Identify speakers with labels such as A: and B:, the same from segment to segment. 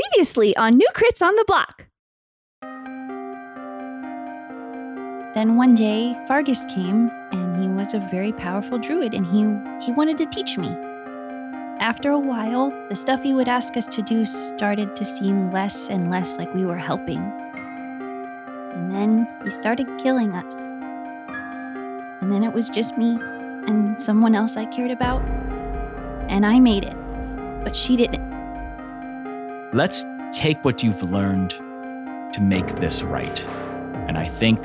A: previously on New Crits on the Block. Then one day, Vargas came, and he was a very powerful druid, and he, he wanted to teach me. After a while, the stuff he would ask us to do started to seem less and less like we were helping. And then he started killing us. And then it was just me and someone else I cared about. And I made it, but she didn't.
B: Let's take what you've learned to make this right. And I think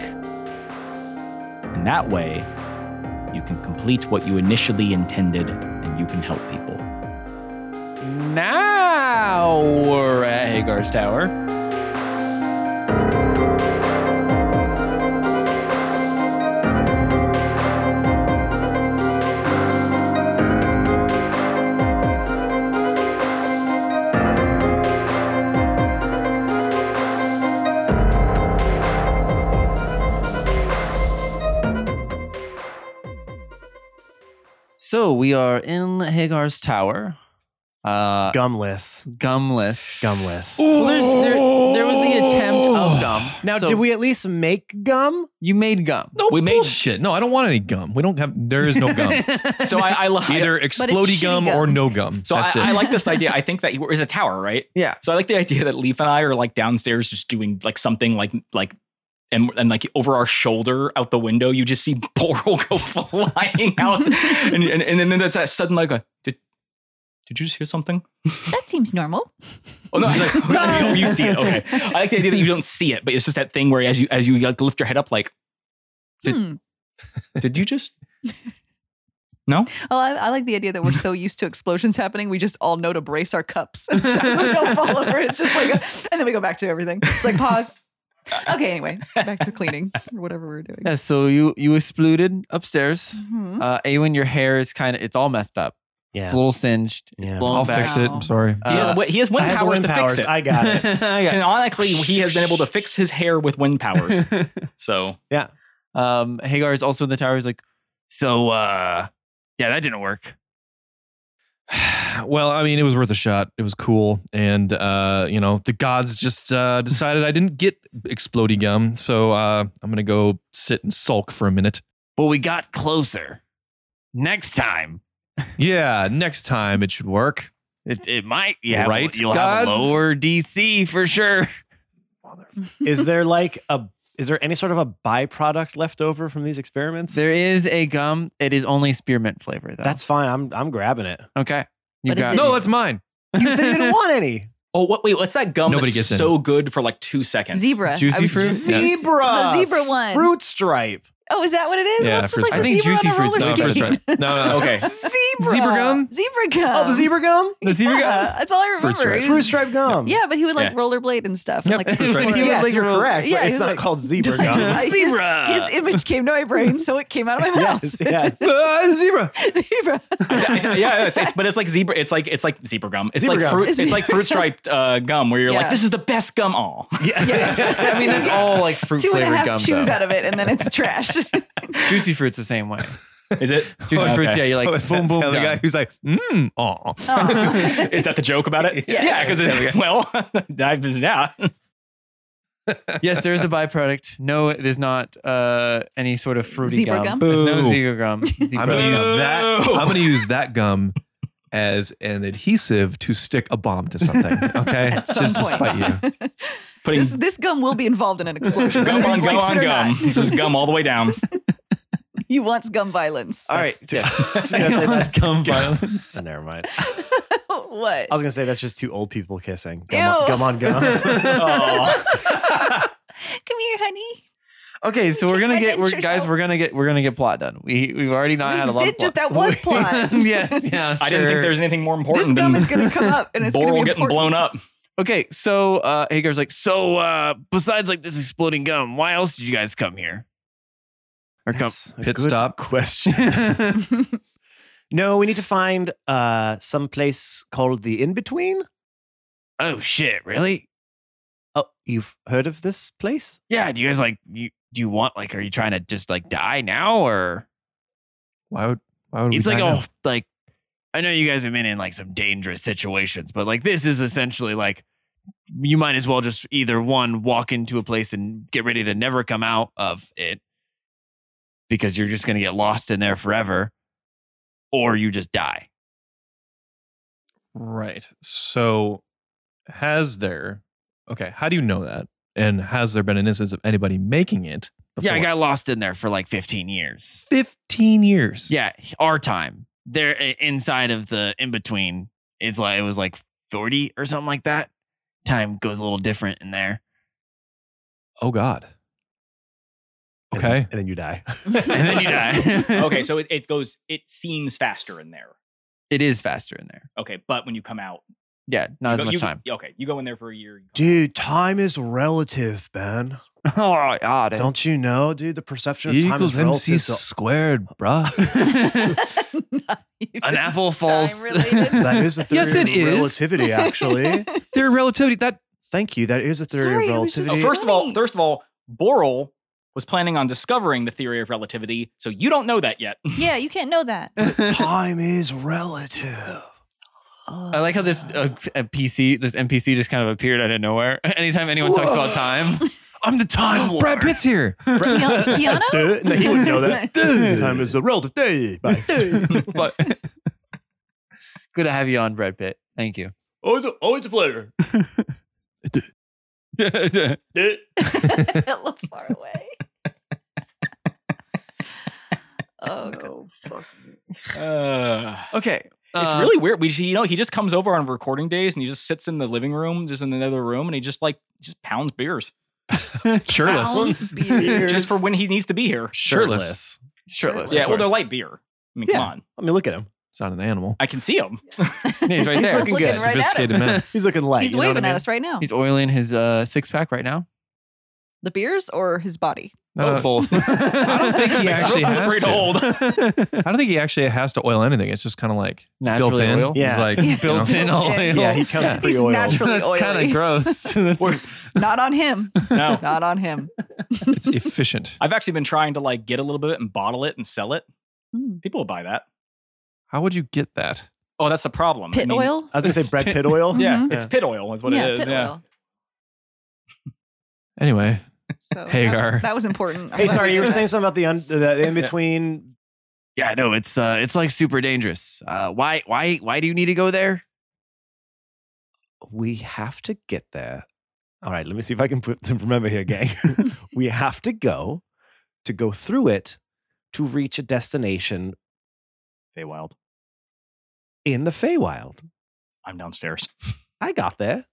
B: in that way, you can complete what you initially intended and you can help people.
C: Now we're at Hagar's Tower. So we are in Hagar's Tower. Uh,
D: Gumless.
C: gumless.
D: Gumless.
C: Well, there's, there, there was the attempt of gum.
D: Now,
C: So
D: did we at least make gum?
C: You made gum.
E: No
B: We made-
E: bullshit. No, I don't want any gum. We don't have. There is no gum.
B: So I, I, li-
E: Either explodey
A: shitty
E: gum,
A: gum.
E: or no gum.
B: so I,
E: That's it.
B: I like this idea. I think that is a tower, right?
C: Yeah.
B: So I like the idea that Leaf and I are like downstairs, just doing like something like like. And, and like over our shoulder out the window, you just see Boral go flying out, and, and and then that's that sudden like, a, did did you just hear something?
A: That seems normal.
B: Oh no, I was like, oh, you see it. Okay, I like the idea that you don't see it, but it's just that thing where as you as you like lift your head up, like, Did-
A: Hmm.
B: did you just?
F: Oh, I, I like the idea that we're so used to explosions happening, we just all know to brace our cups and stuff so they don't fall over. It's just like, a, and then we go back to everything. It's like pause. Okay, anyway, back to cleaning or whatever we were doing.
C: Yeah, so you you exploded upstairs.
F: Mhm.
C: Uh, Awen, your hair is kind of it's all messed up.
D: Yeah.
C: It's a little singed. It's
D: Yeah.
C: blown
E: I'll
C: back. Uh,
E: fix it. I'm sorry.
B: He has wi- he has wind
D: I had the
B: powers
D: wind
B: to
D: powers.
B: fix it.
D: I got it.
B: Canonically, he has been able to fix his hair with wind powers.
C: it.
B: So
C: um, Hagar is also in the tower. He's like, so uh, yeah, that didn't work.
E: well, I mean, it was worth a shot. It was cool, and uh, you know, the gods just uh, decided I didn't get explodey gum, so uh, I'm gonna go sit and sulk for a minute.
G: Well, we got closer. Next time,
E: Yeah, next time it should work.
G: it, it might. Yeah,
E: Right,
G: You'll have a
E: gods?
G: lower DC for sure.
D: is there like a is there any sort of a byproduct left over from these experiments?
C: There is a gum. It is only spearmint flavor though.
D: That's fine. I'm I'm grabbing it.
C: okay. You
F: But is
C: got
F: it-
E: No, that's mine.
D: You said you didn't want any.
B: Oh, what, wait, what's that gum
E: Nobody
B: that's
E: gets in.
B: so good for like two seconds?
F: Zebra.
C: Juicy
F: I was-
C: fruit? Yes.
D: Zebra.
F: The zebra one.
D: Fruit stripe.
F: Oh, is that what it is?
E: Yeah,
F: Well, it's just
E: fruit
F: like
C: I
F: the
C: think
F: zebra
C: juicy
F: on a
C: fruit's
F: roller
E: No,
C: Zebra.
E: first
F: skate.
E: right. No, no, no.
B: Okay.
F: Zebra.
E: Zebra gum?
F: Zebra gum.
D: Oh, the zebra gum?
C: The zebra
F: yeah,
C: gum.
F: That's all I
E: Fruit
F: remember.
E: stripe.
F: He
D: Fruit
F: was-
D: stripe gum.
F: Yeah, but he would like
B: Yeah.
F: rollerblade and stuff. and,
E: Yep,
F: like
E: that's right.
F: explore-
C: He would,
D: Yes,
C: like,
D: you're
C: roll-
D: correct,
F: Yeah,
D: but
F: he
D: it's
F: was,
D: not
F: like-
D: called zebra gum.
F: I- his-
G: Zebra.
F: His, image came to my brain, so it came out of my mouth.
D: yes, yes.
C: Ah, zebra.
F: Zebra.
B: I- I- yeah, it's, it's, but it's like zebra. It's like it's like zebra gum. It's
D: Zebra
B: like
D: gum.
B: fruit. It's like fruit striped uh, gum where you're like,
F: Yeah.
B: this is the best gum. All
C: I mean, that's all like fruit
F: Two and a
C: flavored
F: half
C: gum.
F: chews
C: though.
F: out of it, and then it's trash.
C: Juicy fruit's the same way.
B: is it?
C: Juicy
B: Okay.
C: fruits, yeah. You're like
E: Oh, is
C: boom,
E: that
C: boom,
E: the other
C: done.
E: guy who's like, mmm, aw.
F: Aw.
B: Is that the joke about it?
F: Yes.
B: Yeah, because it well, I've yeah.
C: yes, there is a byproduct. No, it is not uh, any sort of fruity
F: Zebra
C: gum.
F: gum?
C: There's no
E: Boo.
C: zebra gum. Zebra
E: I'm gonna use
C: gum.
E: that.
B: Boo.
E: I'm gonna use that gum as an adhesive to stick a bomb to something. Okay,
F: At some
E: just to
F: point.
E: spite you.
B: Putting
F: this, this gum will be involved in an explosion.
B: gum
F: whether
B: on
F: he
B: gum
F: likes it
B: on
F: or
B: gum.
F: not.
B: Just gum all the way down.
F: He wants gum violence.
C: All right. yes.
D: I was gonna say that's-
C: Gum violence.
D: Oh, never mind. I
F: what?
D: was gonna say that's just two old people kissing. Gum,
F: Ew.
D: on, gum on gum.
B: Oh.
F: Come here, honey.
C: Okay, so we're
F: Take
C: gonna
F: my
C: get we're,
F: pictures
C: guys.
F: out.
C: We're gonna get we're gonna get plot done. We we've already not
F: We
C: had a lot.
F: did
C: of
F: just-
C: plot.
F: that was plot.
C: yes. Yeah.
B: I didn't think
C: sure.
B: there was anything more important
F: This gum
B: than
F: is going to come up, and it's going to be
B: Boral getting
F: important.
B: blown up.
C: Okay, so uh, Hagar's like,
G: So, uh, besides like this exploding gum, why else did you guys come here?
C: or come.
D: That's a
E: pit
D: good
E: stop.
D: question. no, we need to find uh some place called the in between.
G: Oh shit, really?
D: Oh, you've heard of this place?
G: Yeah. Do you guys like you? Do you want like? Are you trying to just like die now or?
E: Why would why would
G: it's
E: we
G: like
E: die
G: oh
E: now?
G: like I know you guys have been in like some dangerous situations, but like this is essentially like
C: you might as well just either one walk into a place and get ready to never come out of it because you're just going to get lost in there forever or you just die.
E: Right. So, has there? Okay. How do you know that? And has there been an instance of anybody making it?
C: Yeah, I
E: before?
C: got lost in there for like 15 years.
E: fifteen years.
C: Yeah, our time. There i- inside of the in between is like it was like 40 or something like that. Time goes a little different in there.
E: Oh God.
D: And then-
E: Okay.
D: And then you die.
C: And then you die.
B: okay, so it, it goes. It seems faster in there.
G: It is faster in there.
B: Okay, but when you come out,
G: Yeah, not as
B: you,
G: much
B: you-
G: time.
B: Okay, you go in there for a year. you come
D: Dude, time is relative, man.
C: oh, God.
D: Don't you know, dude? The perception of
E: E
D: time
E: equals
D: is relative.
E: MC
D: to-
E: squared, bruh.
F: Not even
C: An apple falls.
F: time-related.
D: that is a theory
E: Yes, it
D: of
E: is.
D: relativity, actually.
E: Theory of relativity. That
D: Thank you. That is a theory
F: Sorry,
D: of
F: I was just-
D: relativity.
B: out. Oh, first of all,
F: Right.
B: first of all, Borel was planning on discovering the theory of relativity, so you don't know that yet.
H: Yeah, you can't know that.
D: time is relative.
G: I like how this uh, a PC, this NPC just kind of appeared out of nowhere. Anytime anyone talks about time,
C: I'm the time lord.
E: Brad Pitt's here.
H: Keanu? Keanu?
D: Dude, no, he wouldn't know that. Dude, time is a relative. Day. Bye.
G: but good to have you on, Brad Pitt. Thank you.
D: Always, a, always a pleasure. Dude.
F: hella far away. oh, God.
B: Uh,
G: Okay,
B: it's
G: uh,
B: really weird. We, you know, he just comes over on recording days and he just sits in the living room, just in another room, and he just like just pounds beers
E: Shirtless.
F: Pounds beers.
B: just for when he needs to be here.
E: Shirtless.
G: shirtless.
B: yeah,
G: of
B: well, they're
G: course.
B: light beer. I mean, come
D: Yeah.
B: on,
D: I mean, look at him.
E: It's not an animal.
B: I can see him.
G: Yeah, he's right there.
D: looking good.
F: right at him.
E: Sophisticated man.
D: He's looking light.
F: He's
D: you know
F: waving
D: what I mean?
F: at us right now.
G: He's oiling his uh, six pack right now.
F: The beers or his body?
E: Uh,
G: both.
E: I don't think he
B: It's real
E: actually has
B: slippery to
E: to.
B: hold.
E: I don't think he actually has to oil anything. It's just kind of like
G: Naturally
E: built in.
G: oil?
E: He's
D: Yeah.
E: like
F: Yeah.
E: you know,
F: Built
G: in oil.
D: Yeah, he comes
E: Yeah.
D: pre
F: He's
D: oiled.
F: naturally
G: That's kind of
F: oily.
G: gross. That's-
F: Not on him.
B: No.
F: Not on him.
E: It's efficient.
B: I've actually been trying to like get a little bit and bottle it and sell it.
F: Hmm.
B: People will buy that.
E: How would you get that?
B: Oh, that's the problem. I
F: Pit
B: mean,
F: oil?
D: I was going to say Brad Pitt oil.
B: Yeah,
F: Mhm.
B: it's pit oil is what
F: yeah,
B: it is.
F: pit
B: yeah.
F: oil.
E: Anyway,
F: So that-
E: Hagar.
F: That, was important. I'm
D: Hey,
F: glad
D: sorry,
F: we
D: you were
F: did that.
D: saying something about the, un- the in between.
C: Yeah, no, it's uh, it's like super dangerous. Uh, why, why, why do you need to go there?
D: We have to get there. All right, let me see if I can put remember here, gang. we have to go to go through it to reach a destination
B: Feywild.
D: in the Feywild.
B: I'm downstairs.
D: I got there.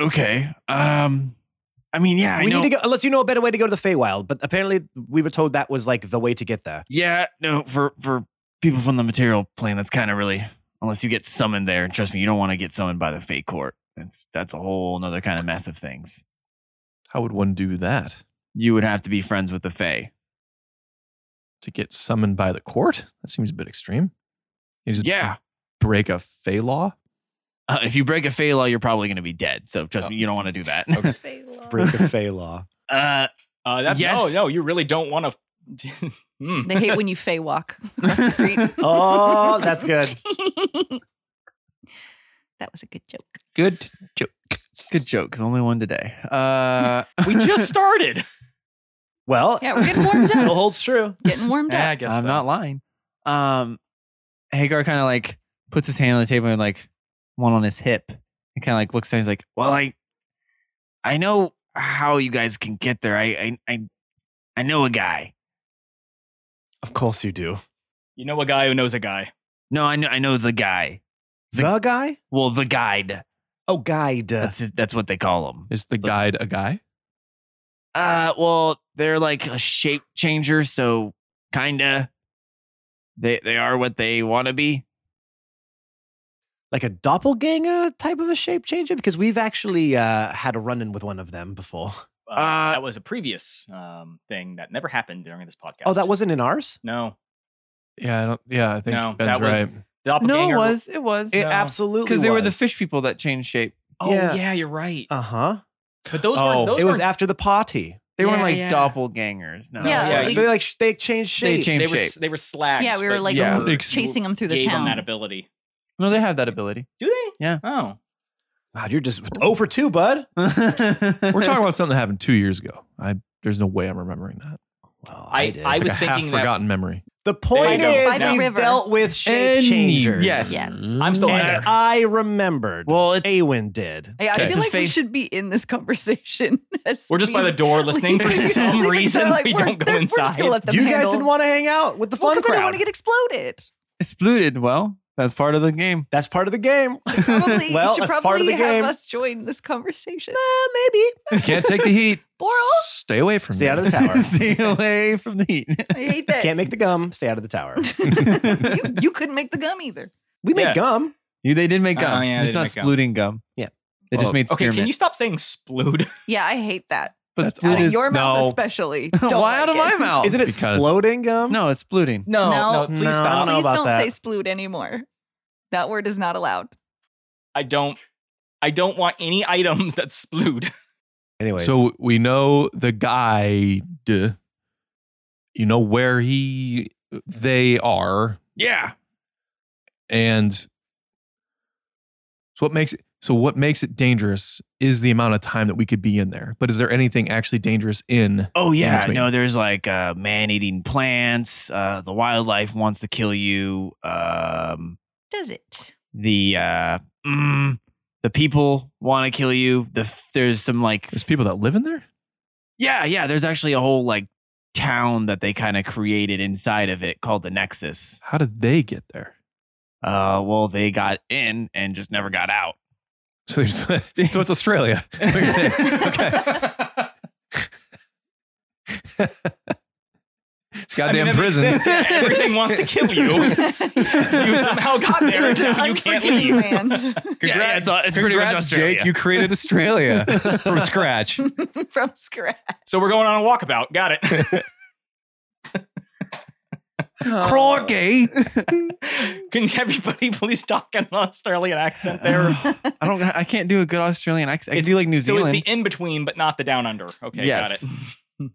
C: Okay. Um, I mean, yeah, I
D: we
C: know.
D: need to go unless you know a better way to go to the Feywild, but apparently we were told that was like the way to get there.
C: yeah, no, for for people from the material plane, that's kind of really unless you get summoned there. And trust me, you don't want to get summoned by the fate court. That's that's a whole nother kind of mess of things.
E: how would one do that
C: You would have to be friends with the fae.
E: to get summoned by the court? That seems a bit extreme. You just
C: Yeah.
E: break a fey law.
C: Uh, if you break a fae law, you're probably going to be dead. So trust
D: Oh.
C: me, you don't want to do that.
E: Okay.
D: Break a Fey law.
C: uh,
B: Uh, that's,
C: Yes.
B: No, no, you really don't want to. Hmm.
F: They hate when you fey walk across the street.
D: Oh, that's good.
F: that was a good joke.
G: Good joke. Good joke. The only one today. Uh,
B: we just started.
D: Well,
F: Yeah, we're getting warmed
D: still
F: up.
D: holds true.
F: Getting warmed
B: Yeah, I
F: up.
B: guess
G: I'm
B: so.
G: not lying. Um, Hagar kind of like puts his hand on the table and like one on his hip and kind of like looks down. He's like,
C: well, I I know how you guys can get there. I I I, I know a guy.
D: Of course you do.
B: You know a guy who knows a guy.
C: No, I know I know the guy.
D: The, guy?
C: Well, the guide.
D: Oh, guide.
C: That's his, that's what they call him.
E: Is the guide a guy?
C: Uh, well, they're like a shape changer, so kinda. They they are what they want to be.
D: like a doppelganger type of a shape changer because we've actually uh, had a run in with one of them before.
B: Uh,
C: Uh,
B: that was a previous um, thing that never happened during this podcast.
D: Oh, that wasn't in ours.
B: no
E: Yeah, I don't. Yeah, I think
B: No,
E: Ben's
B: that was-
E: right.
B: the doppelganger.
G: It was.
D: It
B: No.
D: absolutely
G: Because they were the fish people that changed shape.
B: Oh
D: yeah.
B: yeah. you're right.
D: Uh huh.
B: But those
E: Oh.
B: were those
D: It was
B: were
D: after the party.
G: They weren't
B: Yeah,
G: like
B: yeah.
G: doppelgangers. No.
C: Oh,
F: Yeah,
B: Yeah,
D: they
B: we-
D: like sh- they changed shapes.
G: changed-
B: they were
G: shape.
B: they were slags.
F: Yeah, we were
B: but
F: like
B: you
G: Yeah.
B: were-
E: Ex-
F: chasing him through the
B: gave them
F: town.
B: that ability.
G: No, they have that ability.
B: Do they?
G: Yeah.
B: Oh.
D: Wow, you're just over two, bud.
E: We're talking about something that happened two years ago. I there's no way I'm remembering that.
D: Well,
B: I-
D: did.
B: I
E: It's
B: was
E: like a
B: thinking
E: half
B: that-
E: forgotten memory.
D: the point
B: There you go. By
D: is
B: the
D: we've
H: river.
D: dealt with shape
E: Any-
D: changers.
E: Yes.
H: Yes.
B: I'm still in
D: And
F: Uh,
B: there.
D: I remembered.
C: Well, it's
D: Awen did.
F: Yeah,
E: Okay.
F: I
E: It's
F: feel
E: a
F: like we
C: faith-
F: should be in this conversation. as
B: We're just by
F: we
B: the door listening for
F: leave.
B: some
F: They're
B: reason.
F: like,
B: we
F: we're-
B: don't go
F: they're- We're just
B: inside.
F: gonna let them
D: You guys
F: handle-
D: didn't want to hang out with the
F: Well,
D: fun
F: 'cause I
D: crowd.
F: didn't want to get exploded.
G: Exploded. Well, that's part of the game.
D: That's part of the game.
F: Probably,
D: Well,
F: you should
D: that's part of
F: probably
D: the game.
F: have us uh, join this conversation.
D: maybe.
E: Can't take the heat.
F: Boral,
E: Stay away from
D: Stay
E: me.
D: out of the tower.
G: Stay away from the heat.
F: I hate this.
D: Can't make the gum. Stay out of the tower.
F: you, you couldn't make the gum either.
D: We make
B: Yeah.
D: gum.
G: You, they did make
B: Oh,
G: gum.
B: yeah, they
G: just
B: did
G: not
B: make gum.
G: splooting gum.
D: Yeah.
G: They just
E: Oh,
G: made
B: Okay,
G: spearmint.
B: can you stop saying splode?
F: Yeah, I hate that.
G: But
E: That's
G: sploot
E: out of
G: is
F: Your mouth
E: no.
F: especially.
G: Why
F: Don't
G: out of
F: like
G: my
F: it.
C: Oh,
G: mouth?
D: Isn't it
E: because-
D: exploding gum?
G: No, it's splooting.
B: No,
F: No.
B: no, please
D: No.
B: stop.
D: don't know
F: Please
D: about
F: don't
D: that.
F: say sploot anymore. That word is not allowed.
B: I don't. I don't want any items that splood.
D: Anyway,
E: So we know the guy. You know where he they are,
C: yeah.
E: and so what makes it, so what makes it dangerous is the amount of time that we could be in there. But is there anything actually dangerous in?
C: Oh yeah.
E: between.
C: No, there's like uh, man-eating plants. Uh, the wildlife wants to kill you. Um,
H: Does it?
C: the uh, mm, the people want to kill you. The f- there's some like
E: There's people that live in there.
C: Yeah, yeah. There's actually a whole like town that they kind of created inside of it called the Nexus.
E: How did they get there?
C: Uh, well, they got in and just never got out.
E: So, there's- so it's Australia. What you're saying. okay. It's goddamn
B: that makes
E: prison.
B: sense. Yeah, Everything wants to kill you. You somehow got there.
F: It's an
B: and you can't
F: unforgiving
B: leave.
F: land
C: Yeah, yeah, it's, it's pretty much
E: Congrats,
C: Australia.
E: Jake. You created Australia from scratch.
F: from scratch.
B: So we're going on a walkabout. Got it.
E: Crikey.
B: Can everybody please talk in an Australian accent there?
G: I don't. I can't do a good Australian accent. I can
B: It's-
G: do like New
B: so it's
G: Oh, Zealand.
B: the in between, but not the down under. Okay,
G: yes.
B: got it.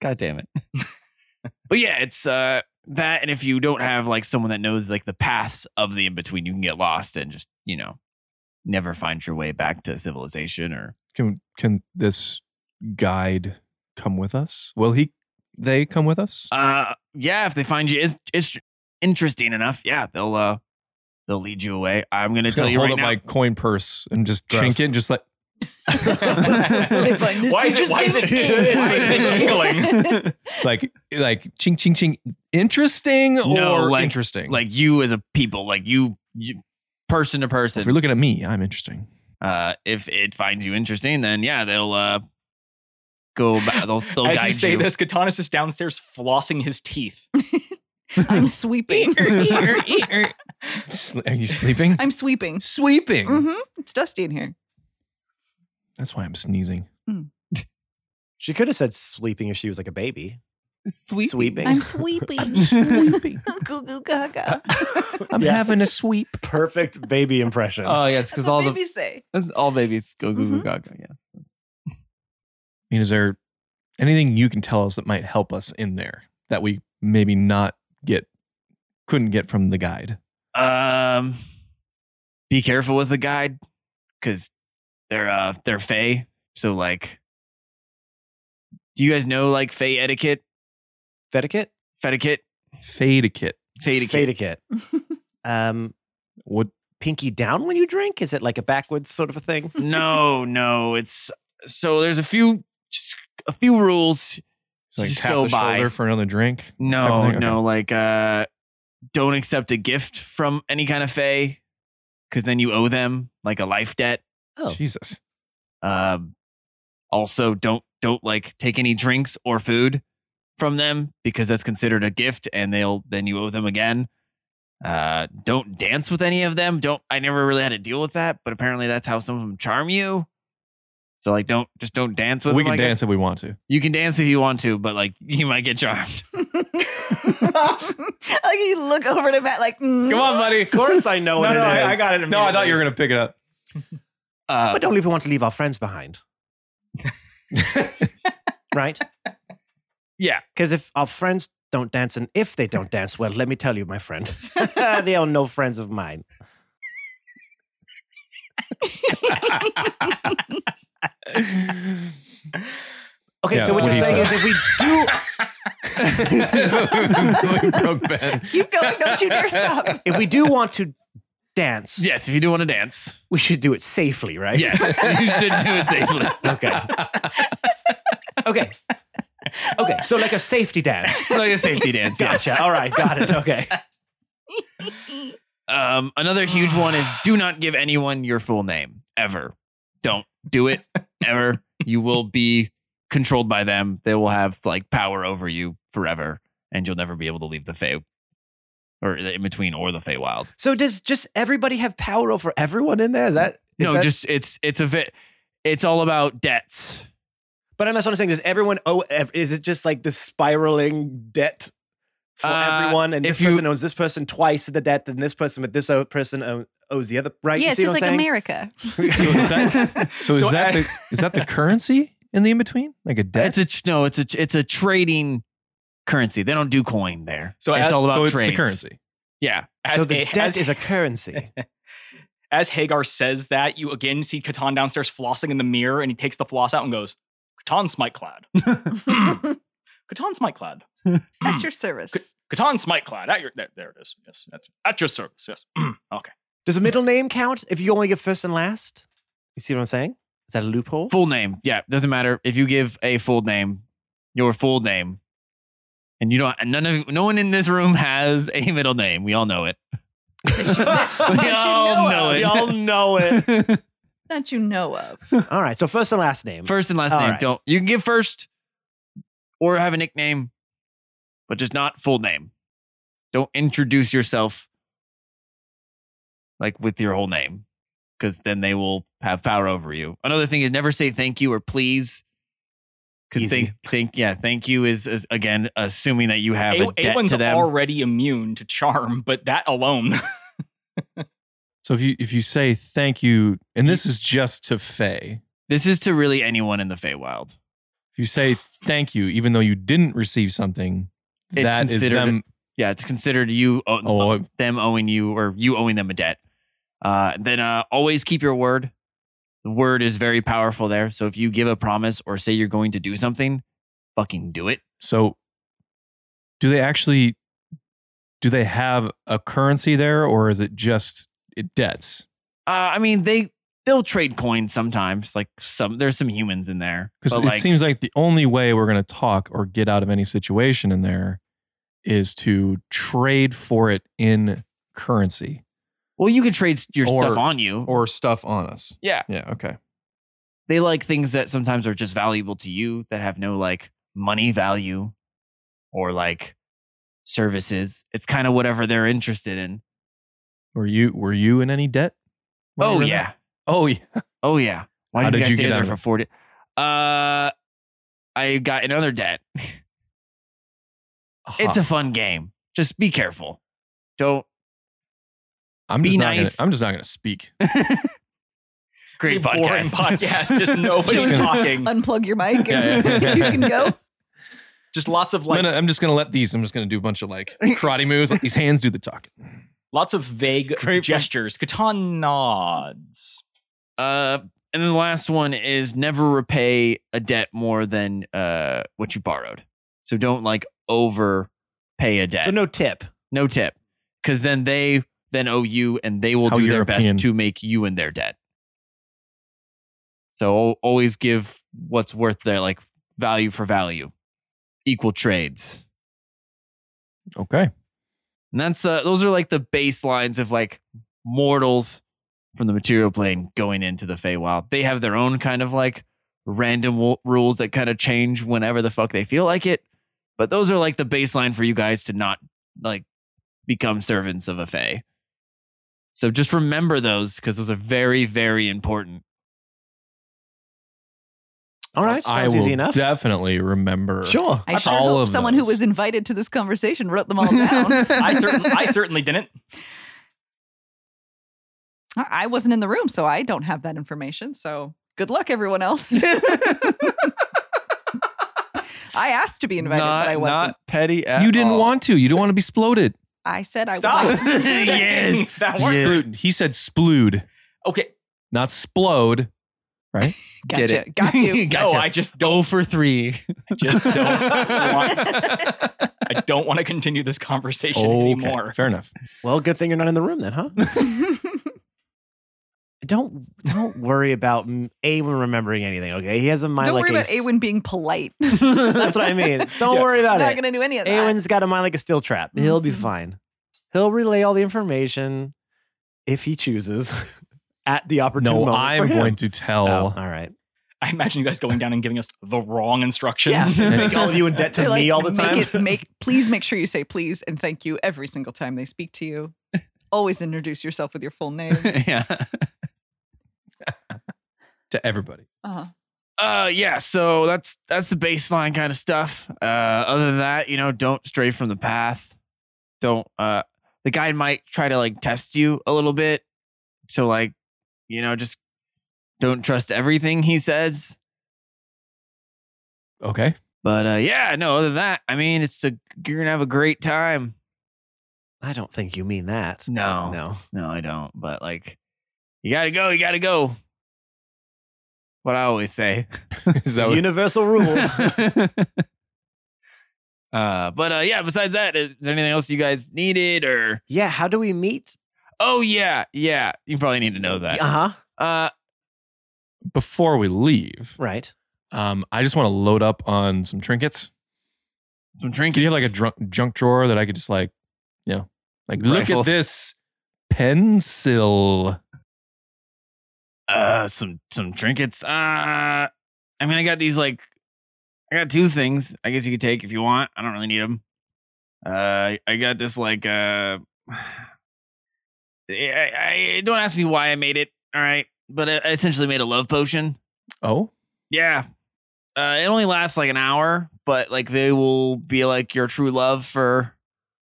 G: God damn it.
C: But yeah, it's uh that, and if you don't have like someone that knows like the paths of the in between, you can get lost and just you know never find your way back to civilization or
E: Can can this guide come with us? Will he they come with us?
C: uh yeah if they find you is is interesting enough yeah they'll uh they'll lead you away i'm gonna
E: Just
C: tell
E: gonna
C: you
E: hold
C: right
E: up
C: now
E: my coin purse and just
I: Gross.
E: chink it and just like
F: They find this
B: why is it? Why is it? Why
F: interesting.
B: is it jingling?
E: like like ching ching ching interesting
C: No,
E: or
C: like-
E: interesting.
C: like you as a people, like you, you person to
E: if you're
C: person.
E: looking at me, I'm interesting.
C: Uh, if it finds you interesting, then yeah, they'll uh, go. Back, they'll they'll
B: As
C: guide
B: you say
C: you.
B: this, Katanis is downstairs flossing his teeth.
F: I'm sweeping.
E: Sl- Are you sleeping?
F: I'm sweeping.
E: sweeping.
F: hmm It's dusty in here.
E: That's why I'm sneezing.
D: she could have said sleeping if she was like a baby.
G: Sweet.
D: Sweeping.
H: I'm sweeping.
F: Goo goo gaga.
E: I'm
D: Yeah.
E: having a sweep.
D: Perfect baby impression.
C: Uh,
G: Oh yes,
F: That's
G: because
F: what
G: all the
F: babies say.
G: that's- all babies go goo goo
F: Mhm.
G: gaga. Yes. That's,
E: I mean, is there anything you can tell us that might help us in there that we maybe not get, couldn't get from the guide?
C: Um, be careful with the guide because they're uh they're fey. So like, do you guys know like fey etiquette?
D: Fetiquette?
C: Fetiquette,
E: Fade a kit.
C: fey etiquette.
D: Fetiquette. um,
E: What?
D: pinky down when you drink? Is it like a backwards sort of a thing?
C: no, no, it's so there's a few just a few rules
E: it's Like
C: Just
E: tap
C: go
E: the
C: by.
E: shoulder for another drink. type
C: No,
E: of thing?
C: no, like uh don't accept a gift from any kind of fae cuz then you owe them like a life debt.
D: Oh.
E: Jesus.
C: Um also don't don't like take any drinks or food from them because that's considered a gift and they'll then you owe them again. Uh don't dance with any of them. Don't I never really had to deal with that, but apparently that's how some of them charm you. So like don't just don't dance with
E: we
C: them.
E: can
C: I
E: dance
C: guess.
E: if we want to.
C: you can dance if you want to, but like you might get charmed.
F: like you look over to Matt, like, mm.
E: Come on, buddy.
D: Of course I know
B: No,
D: what
B: no,
D: it is.
B: I, I got it.
E: No, I thought you were going to pick it up.
C: Uh
D: But don't even want to leave our friends behind. right?
C: Yeah.
D: Because if our friends don't dance, and if they don't dance, well, let me tell you, my friend, they are no friends of mine. Okay,
E: Yeah,
D: so what
E: what
D: you're
E: he
D: saying is
E: said.
D: if we do
C: Oh,
E: Broke Ben.
F: Keep going. Don't you dare stop.
D: if we do want to dance,
C: Yes, if you do want to dance.
D: we should do it safely, right?
C: Yes, you should do it safely.
D: Okay. okay. Okay. So like a safety dance.
C: Like a safety dance. yes.
D: Gotcha. All right. Got it. Okay.
C: Um, another huge one is do not give anyone your full name ever. Don't do it ever. You will be controlled by them. They will have like power over you forever, and you'll never be able to leave the Fey or the in between or the Feywild.
D: So does just everybody have power over everyone in there? Is that is
C: no,
D: that-
C: just it's it's a vi- it's all about debts.
D: But I'm just saying, does everyone owe? ev- Is it just like this spiraling debt for
C: Uh,
D: everyone, and this
C: if you-
D: person owes this person twice the debt, then this person, but this other person owe- owes the other. Right?
H: yeah,
D: You
H: it's
D: see
H: just
D: what
H: like
D: I'm
H: America.
E: So is that, so is
D: So
E: that
D: I-
E: the is that the currency in the in between? Like a debt?
C: It's a tr- no, it's a it's a trading currency. They don't do coin there.
B: So
C: it's
B: as-
C: all about
E: so it's
C: trades.
E: the currency.
C: Yeah.
B: As,
D: so the
B: a-
D: debt
B: as,
D: is a currency.
B: as Hagar says that, you again see Catan downstairs flossing in the mirror, and he takes the floss out and goes, "Catan's smite clad. Catan's smite clad.
F: At your service.
B: Catan smite clad. At your there, there it is. Yes, at, at your service. Yes. okay.
D: Does a middle name count if you only give first and last? You see what I'm saying? Is that a loophole?
C: Full name. Yeah, doesn't matter if you give a full name, your full name, and you don't. and None of no one in this room has a middle name. We all know it. we all know it.
D: know it.
F: That you know of.
D: All right. So first and last name.
C: First and last
D: All
C: name.
D: right.
C: Don't you can give first or have a nickname, but just not full name. Don't introduce yourself like with your whole name because then they will have power over you. Another thing is never say thank you or please. Because
D: Easy.
C: think, think, yeah, thank you is, is again assuming that you have a,
B: A-
C: debt
B: one's
C: to them.
B: already immune to charm, but that alone.
E: So if you if you say thank you, and this is just to Faye,
C: this is to really anyone in the Feywild.
E: if you say thank you, even though you didn't receive something,
C: It's
E: that is
C: considered
E: them.
C: Yeah, it's considered you owe-
E: Oh,
C: them owing you or you owing them a debt. Uh, then uh, always keep your word. The word is very powerful there. So if you give a promise or say you're going to do something, fucking do it.
E: so do they actually? Do they have a currency there, or is it just it debts?
C: Uh, I mean, they they'll trade coins sometimes. Like some, there's some humans in there.
E: Because
C: But,
E: it
C: like,
E: seems like the only way we're going to talk or get out of any situation in there is to trade for it in currency
C: well, you can trade your
E: Or-
C: stuff on you.
E: or stuff on us.
C: Yeah.
E: Yeah. Okay.
C: they like things that sometimes are just valuable to you that have no like money value or like services. It's kind of whatever they're interested in.
E: Were you were you in any debt? while you
C: Oh
E: were in
C: yeah.
E: there? Oh yeah.
C: Oh yeah. Why
E: How
C: did,
E: did
C: you guys
E: you
C: stay
E: get
C: there
E: out of
C: for forty?
E: it?
C: Uh, I got another debt.
E: Uh-huh.
C: It's a fun game. Just be careful. Don't
E: I'm just
C: be
E: not
C: nice.
E: gonna, I'm just not going to speak.
C: great
B: a boring
C: podcast.
B: podcast. Just nobody's
E: Just gonna-
B: talking.
F: Unplug your mic and
E: Yeah, yeah.
F: you can go.
B: Just lots of like
E: I'm, gonna, I'm just going to let these. I'm just going to do a bunch of like karate moves. Let these hands do the talking.
B: lots of vague
C: Great.
B: gestures. Catan nods.
C: Uh, and then the last one is never repay a debt more than uh what you borrowed. So don't like overpay a debt.
D: so no tip.
C: No tip, because then they then owe you, and they will
E: How
C: do their
E: European.
C: best to make you in their debt. So al- always give what's worth their like value for value, equal trades,
E: Okay.
C: and that's uh, those are like the baselines of like mortals from the material plane going into the Feywild. They have their own kind of like random w- rules that kind of change whenever the fuck they feel like it, but those are like the baseline for you guys to not like become servants of a fey. So just remember those because those are very, very important.
D: All right.
E: I
D: sounds
E: will
D: easy enough.
E: definitely remember.
D: sure.
F: I sure
E: All
F: hope
E: of
F: someone
E: those.
F: who was invited to this conversation wrote them all down.
B: I certainly, I certainly didn't.
F: I I wasn't in the room, so I don't have that information. So good luck, everyone else. I asked to be invited, but I wasn't.
C: petty
E: You didn't want to. You don't want to be sploded.
F: I said I
B: Stop.
F: would.
B: Saying that word.
E: Splewed. He said splewed.
B: Okay.
E: not splode.
F: Gotcha.
G: Get it.
F: Got you.
B: No, Oh, I just
C: Oh,
B: don't.
G: for three.
B: I just don't. want, I don't want to continue this conversation anymore.
E: fair enough.
D: Well, good thing you're not in the room then, huh? don't don't worry about M- Awen remembering anything. Okay, he has a mind
F: Don't
D: like
F: worry
D: a
F: about
D: s-
F: Awen being polite.
D: That's what I mean. Don't worry
F: Not
D: about it.
F: going to do any of that.
D: Awen's got a mind like a steel trap. He'll be
F: Mhm.
D: fine. He'll relay all the information if he chooses at the opportune
E: No,
D: moment.
E: I'm
D: for him.
E: going to tell.
D: Oh, all right.
B: I imagine you guys going down and giving us the wrong instructions.
F: Yeah.
D: Make all of you in debt to
F: They're
D: me
F: like,
D: all the time.
F: Make it, make, please make sure you say please and thank you every single time they speak to you. Always introduce yourself with your full name.
G: yeah.
E: to everybody.
F: Uh-huh.
C: Uh, yeah. So that's that's the baseline kind of stuff. Uh, other than that, you know, don't stray from the path. Don't. Uh, the guy might try to like test you a little bit. So like, you know, just don't trust everything he says.
E: Okay.
C: But uh, yeah, no. Other than that, I mean, it's a you're gonna have a great time.
D: I don't think you mean that.
C: No,
D: No.
C: no, I don't. But like, you gotta go. You gotta go. What I always say.
E: Is that what-
D: Universal rule.
C: Uh, but uh, yeah. Besides that, is there anything else you guys needed or?
D: yeah. How do we meet?
C: Oh yeah, yeah. You probably need to know that.
D: Uh huh.
C: Uh,
E: before we leave,
D: Right.
E: um, I just want to load up on some trinkets.
C: some trinkets.
E: Do you have like a drunk, junk drawer that I could just like, you know, like look
C: Rifle.
E: at this pencil?
C: uh some some trinkets? Uh, I mean, I got these like, I got two things. I guess you could take if you want. I don't really need them. Uh, I got this like uh, I, I, I- don't ask me why I made it. All right, but I I essentially made a love potion.
E: Oh,
C: Yeah. Uh, it only lasts like an hour, but like they will be like your true love for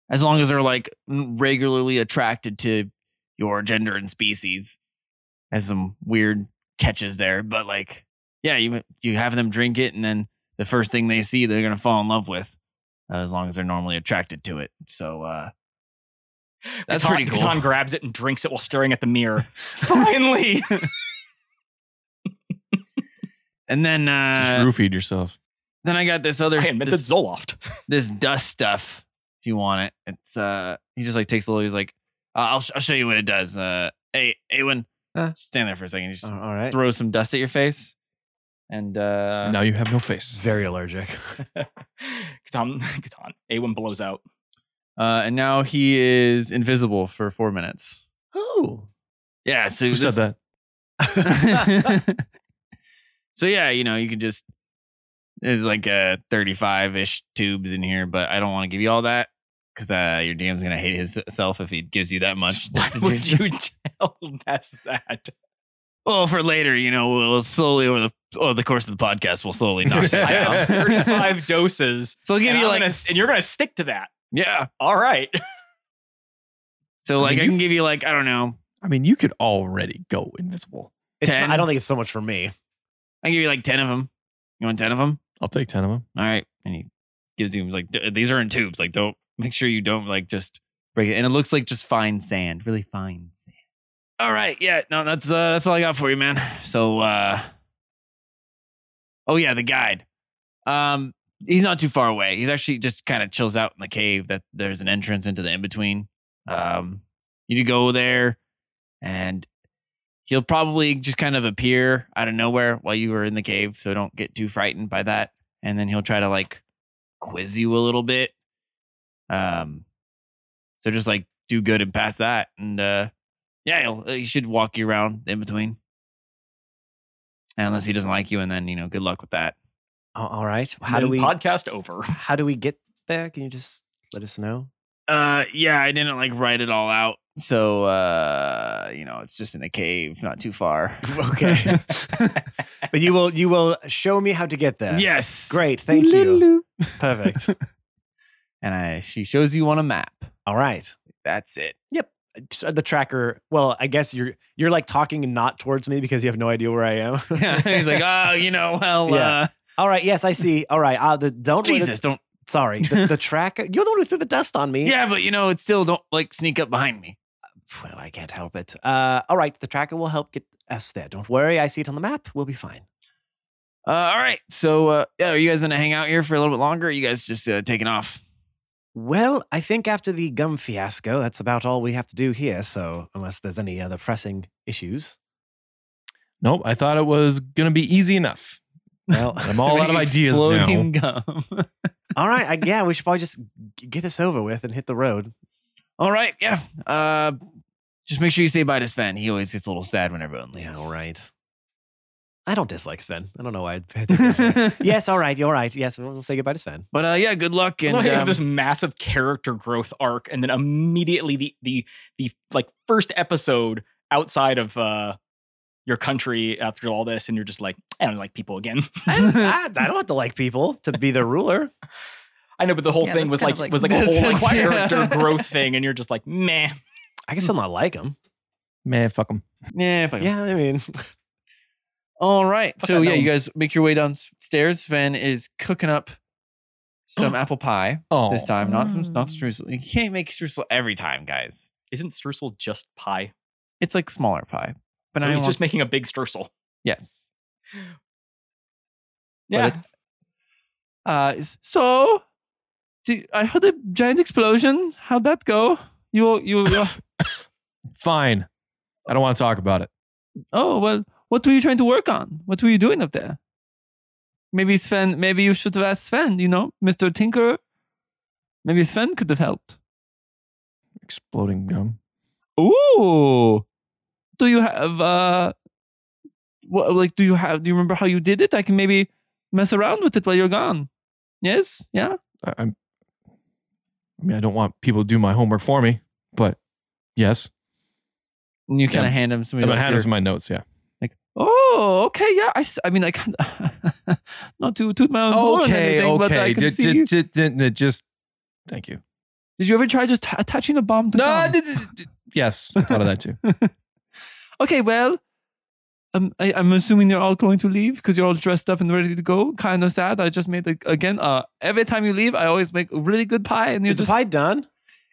C: as long as they're like n- regularly attracted to your gender and species. Has some weird catches there, but like, yeah, you you have them drink it, and then the first thing they see, they're gonna fall in love with, uh, as long as they're normally attracted to it. So uh, that's
B: Catan-
C: pretty cool.
B: Catan grabs it and drinks it while staring at the mirror. Finally,
C: And then
E: just
C: uh,
E: roofied yourself.
C: then I got this other
B: I invented
C: this-
B: Zoloft.
C: this dust stuff if you want it. It's uh he just like takes a little he's like uh, I'll sh- I'll show you what it does. Uh hey Awen,
D: Huh?
C: stand there for a second. You just
D: Uh, all right.
C: throw some dust at your face. And uh
E: And now you have no face.
D: Very allergic.
B: Catan, Catan. Awen blows out.
G: Uh, and now he is invisible for four minutes.
D: Oh.
C: yeah, so
E: Who said
C: this-
E: that?
C: So yeah, you know, you can just there's like uh 35-ish tubes in here, but I don't want to give you all that cuz uh your DM's going to hate his self if he gives you that much
B: Why
C: dust to
B: would
C: do-
B: you tell us that?
C: Well, for later, you know, we'll slowly over the over the course of the podcast, we'll slowly knock it
B: I have
C: down.
B: 35 doses.
C: So I'll give
B: and,
C: you
B: I'm
C: like
B: gonna- and you're gonna stick to that.
C: yeah.
B: All right.
C: So like I,
E: mean,
C: can give you like I don't know.
E: I mean, you could already go invisible.
D: It's not-
C: Ten.
D: I don't think it's so much for me.
C: I can give you like ten of them. You want ten of them?
E: I'll take 10 of them.
C: All right. And he gives you he's like "Th- these are in tubes. Like don't make sure you don't like just break it. And it looks like just fine sand, really fine sand. All right. Yeah. No, that's uh, that's all I got for you, man. So uh, oh yeah, the guide. Um, he's not too far away. He's actually just kind of chills out in the cave. That there's an entrance into the in between. Um, you go there, and he'll probably just kind of appear out of nowhere while you were in the cave. So don't get too frightened by that. And then he'll try to like quiz you a little bit. Um, so just like do good and pass that, and uh, yeah, he'll, he should walk you around in between. Unless he doesn't like you, and then you know, good luck with that.
D: All- all right. How do
B: Then
D: we?
B: podcast over?
D: how do we get there? Can you just let us know?
C: Uh, yeah, I didn't like write it all out. So, uh, you know, it's just in a cave, not too far.
D: Okay. but you will. You will show me how to get there.
C: yes.
D: Great. Thank you. Perfect.
C: And I, she shows you on a map.
D: All right.
C: That's it.
D: So The tracker. Well, I guess you're you're like talking not towards me because you have no idea where I am.
C: He's like, oh, you know, well,
D: Yeah.
C: uh,
D: All right. Yes, I see. All right. Uh, the don't.
C: Jesus, don't.
D: sorry. The, the tracker. You're the one who threw the dust on me.
C: Yeah, but you know, it's still don't like sneak up behind me.
D: Well, I can't help it. Uh, all right, the tracker will help get us there. Don't worry, I see it on the map. We'll be fine.
J: Uh, all right. So, uh, yeah, are you guys gonna hang out here for a little bit longer? Or are you guys just uh, taking off?
D: Well, I think after the gum fiasco, that's about all we have to do here. So, unless there's any other pressing issues,
E: Nope, I thought it was gonna be easy enough.
D: well,
E: I'm all out of ideas now.
C: Exploding gum.
D: all right. I, yeah, we should probably just g- get this over with and hit the road.
J: All right. Yeah. Uh, just make sure you say bye to Sven. He always gets a little sad when everyone leaves.
D: all right. I don't dislike Sven. I don't know why. I'd I think it's- yes, all right. You're right. Yes, we'll we'll say goodbye to Sven.
J: But uh, yeah, good luck and
B: Like, they have
J: um,
B: this massive character growth arc, and then immediately the the the like first episode outside of uh your country after all this, and you're just like, I don't like people again.
D: I don't, I, I don't have to like people to be their ruler.
B: I know, but the whole
K: Yeah,
B: thing
K: that's
B: was
K: kind
B: like,
K: of like-
B: was like a whole like,
K: That's- yeah.
B: character growth thing, and you're just like, meh.
D: I can still not like them.
E: Man, fuck them.
C: yeah, fuck it.
D: Yeah, I mean,
C: All right. So
B: I
C: yeah,
B: know.
C: you guys make your way downstairs. Sven is cooking up some apple pie
E: Oh,
C: this time, not some not
F: Mm.
C: streusel. You can't make streusel every time, guys.
B: Isn't streusel just pie?
C: It's like smaller pie.
B: But
C: But
B: so
C: I
B: he's
C: almost-
B: just making a big streusel.
C: yes. But
B: Yeah,
C: it- Uh, is- so do, I heard a giant explosion. How'd that go? You you uh,
E: fine. I don't want to talk about it.
C: oh well. What were you trying to work on? What were you doing up there? Maybe Sven. Maybe you should have asked Sven. You know, Mister Tinkerer. Maybe Sven could have helped.
E: Exploding gum.
C: Ooh. Do you have uh what like do you have do you remember how you did it? I can maybe mess around with it while you're gone. Yes? Yeah?
E: I, I'm. I mean, I don't want people to do my homework for me, but yes,
C: And you
E: Yeah.
C: kind of hand him some
E: I'm
C: of
E: gonna
C: your-
E: hand some of my notes. Yeah.
C: like, "Oh, okay, yeah. I, s- I mean, I can not to toot my own horn or anything, but I can
E: Did-
C: see.
E: did- did- did- did- Just thank you.
C: Did you ever try just t- attaching a bomb to
E: No,
C: gum?
E: I did- did- did- yes, I thought of that too.
C: okay, well, um, I, I'm assuming you're all going to leave because you're all dressed up and ready to go. Kind of sad. I just made like again. Uh, every time you leave, I always make a really good pie, and you're
D: is
C: just
D: the pie done?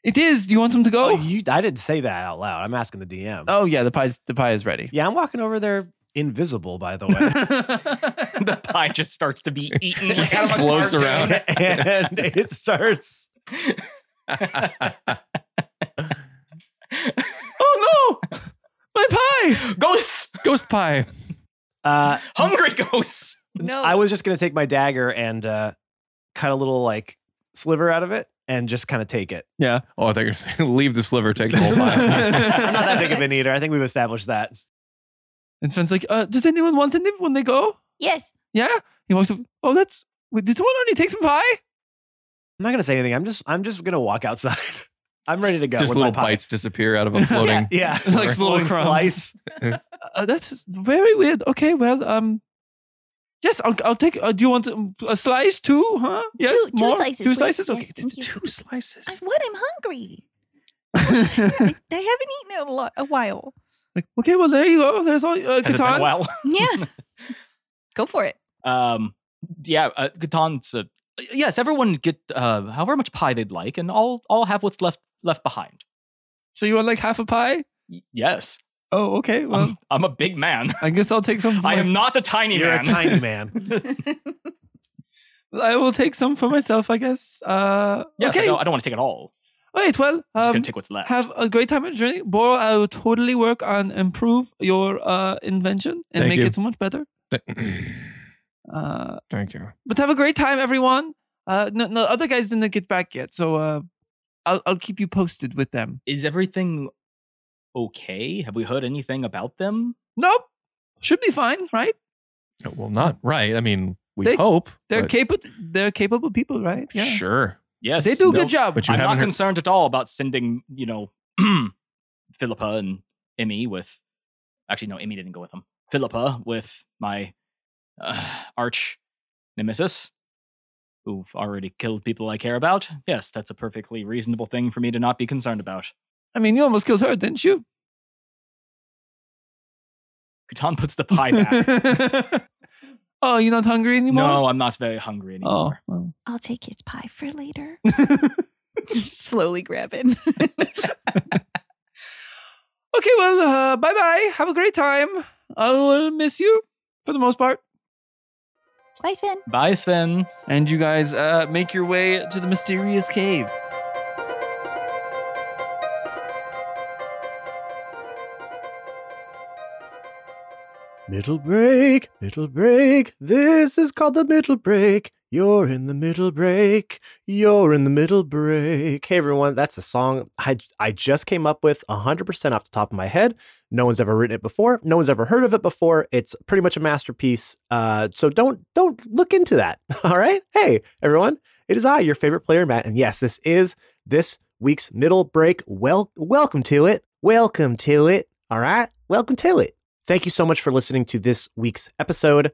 C: it is. Do you want some to go?
D: Oh,
C: Oh,
D: you, I didn't say that out loud. I'm asking the DM.
C: yeah, the pie's the pie is ready.
D: Yeah, I'm walking over there invisible, by the way.
B: the pie just starts to be eaten.
E: Just
B: out of a
E: floats
B: cartoon.
E: around.
D: and it starts.
C: oh no, my pie!
B: Ghosts,
E: Ghost pie.
D: Uh,
B: hungry ghosts.
K: No.
C: Oh.
D: I was just going to take my dagger and uh, cut a little like sliver out of it and just kind of take it.
C: Yeah,
E: Oh, I thought you were saying leave the sliver, take the whole pie.
D: I'm not that big of an eater. I think we've established that.
C: and Sven's like, uh, does anyone want any when they go?
F: Yes.
C: Yeah, he walks up. Oh, that's. Wait, did someone already take some pie?
D: I'm not going to say anything. I'm just I'm just going to walk outside. I'm ready to go.
E: Just
D: with
E: little
D: my pie.
E: bites disappear out of a floating.
D: Yeah,
C: Like little
D: Floating
C: crumbs.
D: slice.
C: Uh, that's very weird. Okay, well, um, yes, I'll, I'll take. Uh, do you want um, a slice too? Huh? Yes,
F: Two- two
C: more?
F: slices,
C: Two
F: please.
C: slices.
F: Yes,
C: Okay,
F: thank
C: T-
F: you.
C: two slices.
F: I, what? I'm hungry.
C: It's
F: I, I haven't eaten in a, lot, a while.
C: like, okay, well, there you go. There's all uh,
B: Has it been a
C: Catan.
B: while?
F: Yeah. Go for it.
B: Um, yeah, uh, Gatan's. Uh, yes, everyone get uh, however much pie they'd like, and I'll I'll have what's left left behind.
C: So you want like half a pie?
B: Y- Yes,
C: Oh, okay. Well,
B: I'm, I'm a big man.
C: I guess I'll take some. For
B: Um, I am
C: mys-
B: not a tiny
D: You're
B: man.
D: a tiny man.
C: I will take some for myself, I guess. Uh,
B: Yes, I
C: okay.
B: don't, I don't want to take it all.
C: Wait. Well,
B: I'm just
C: um,
B: gonna take what's left.
C: have a great time at journey, Boro. I will totally work on improve your uh invention and
E: Thank
C: make
E: you.
C: it so much better. Uh.
E: Thank you.
C: But have a great time, everyone. Uh, no, no, other guys didn't get back yet, so uh, I'll I'll keep you posted with them.
B: Is everything okay? Have we heard anything about them?
C: Nope, should be fine, right?
E: Uh, Well, not right. I mean, we
C: They-
E: hope
C: They're
E: but-
C: capable. They're capable people, right? Yeah,
E: Sure,
B: Yes,
C: they do a
B: no,
C: good job.
E: but you
B: I'm
E: haven't.
B: not
E: heard-
B: concerned at all about sending you know Philippa and Emmy with. Actually, no, Emmy didn't go with them. Philippa with my uh, arch nemesis, who've already killed people I care about. Yes, that's a perfectly reasonable thing for me to not be concerned about.
C: I mean, you almost killed her, didn't you?
B: Catan puts the pie back.
C: oh, you're not hungry anymore.
B: no, I'm not very hungry
C: Oh,
B: anymore.
C: well.
F: I'll take his pie for later.
K: Slowly grab it.
G: Okay, well, uh, bye bye. Have a great time. I will miss you for the most part.
H: Bye, Sven.
B: Bye, Sven.
G: And you guys uh, make your way to the mysterious cave.
D: Middle break, middle break. This is called the middle break. You're in the middle break. You're in the middle break. Hey everyone, that's a song I I just came up with 100% off the top of my head. No one's ever written it before. No one's ever heard of it before. It's pretty much a masterpiece. Uh, so don't don't look into that. All right. Hey everyone, it is I, your favorite player, Matt, and yes, this is this week's middle break. Well, welcome to it. Welcome to it. All right. Welcome to it thank you so much for listening to this week's episode.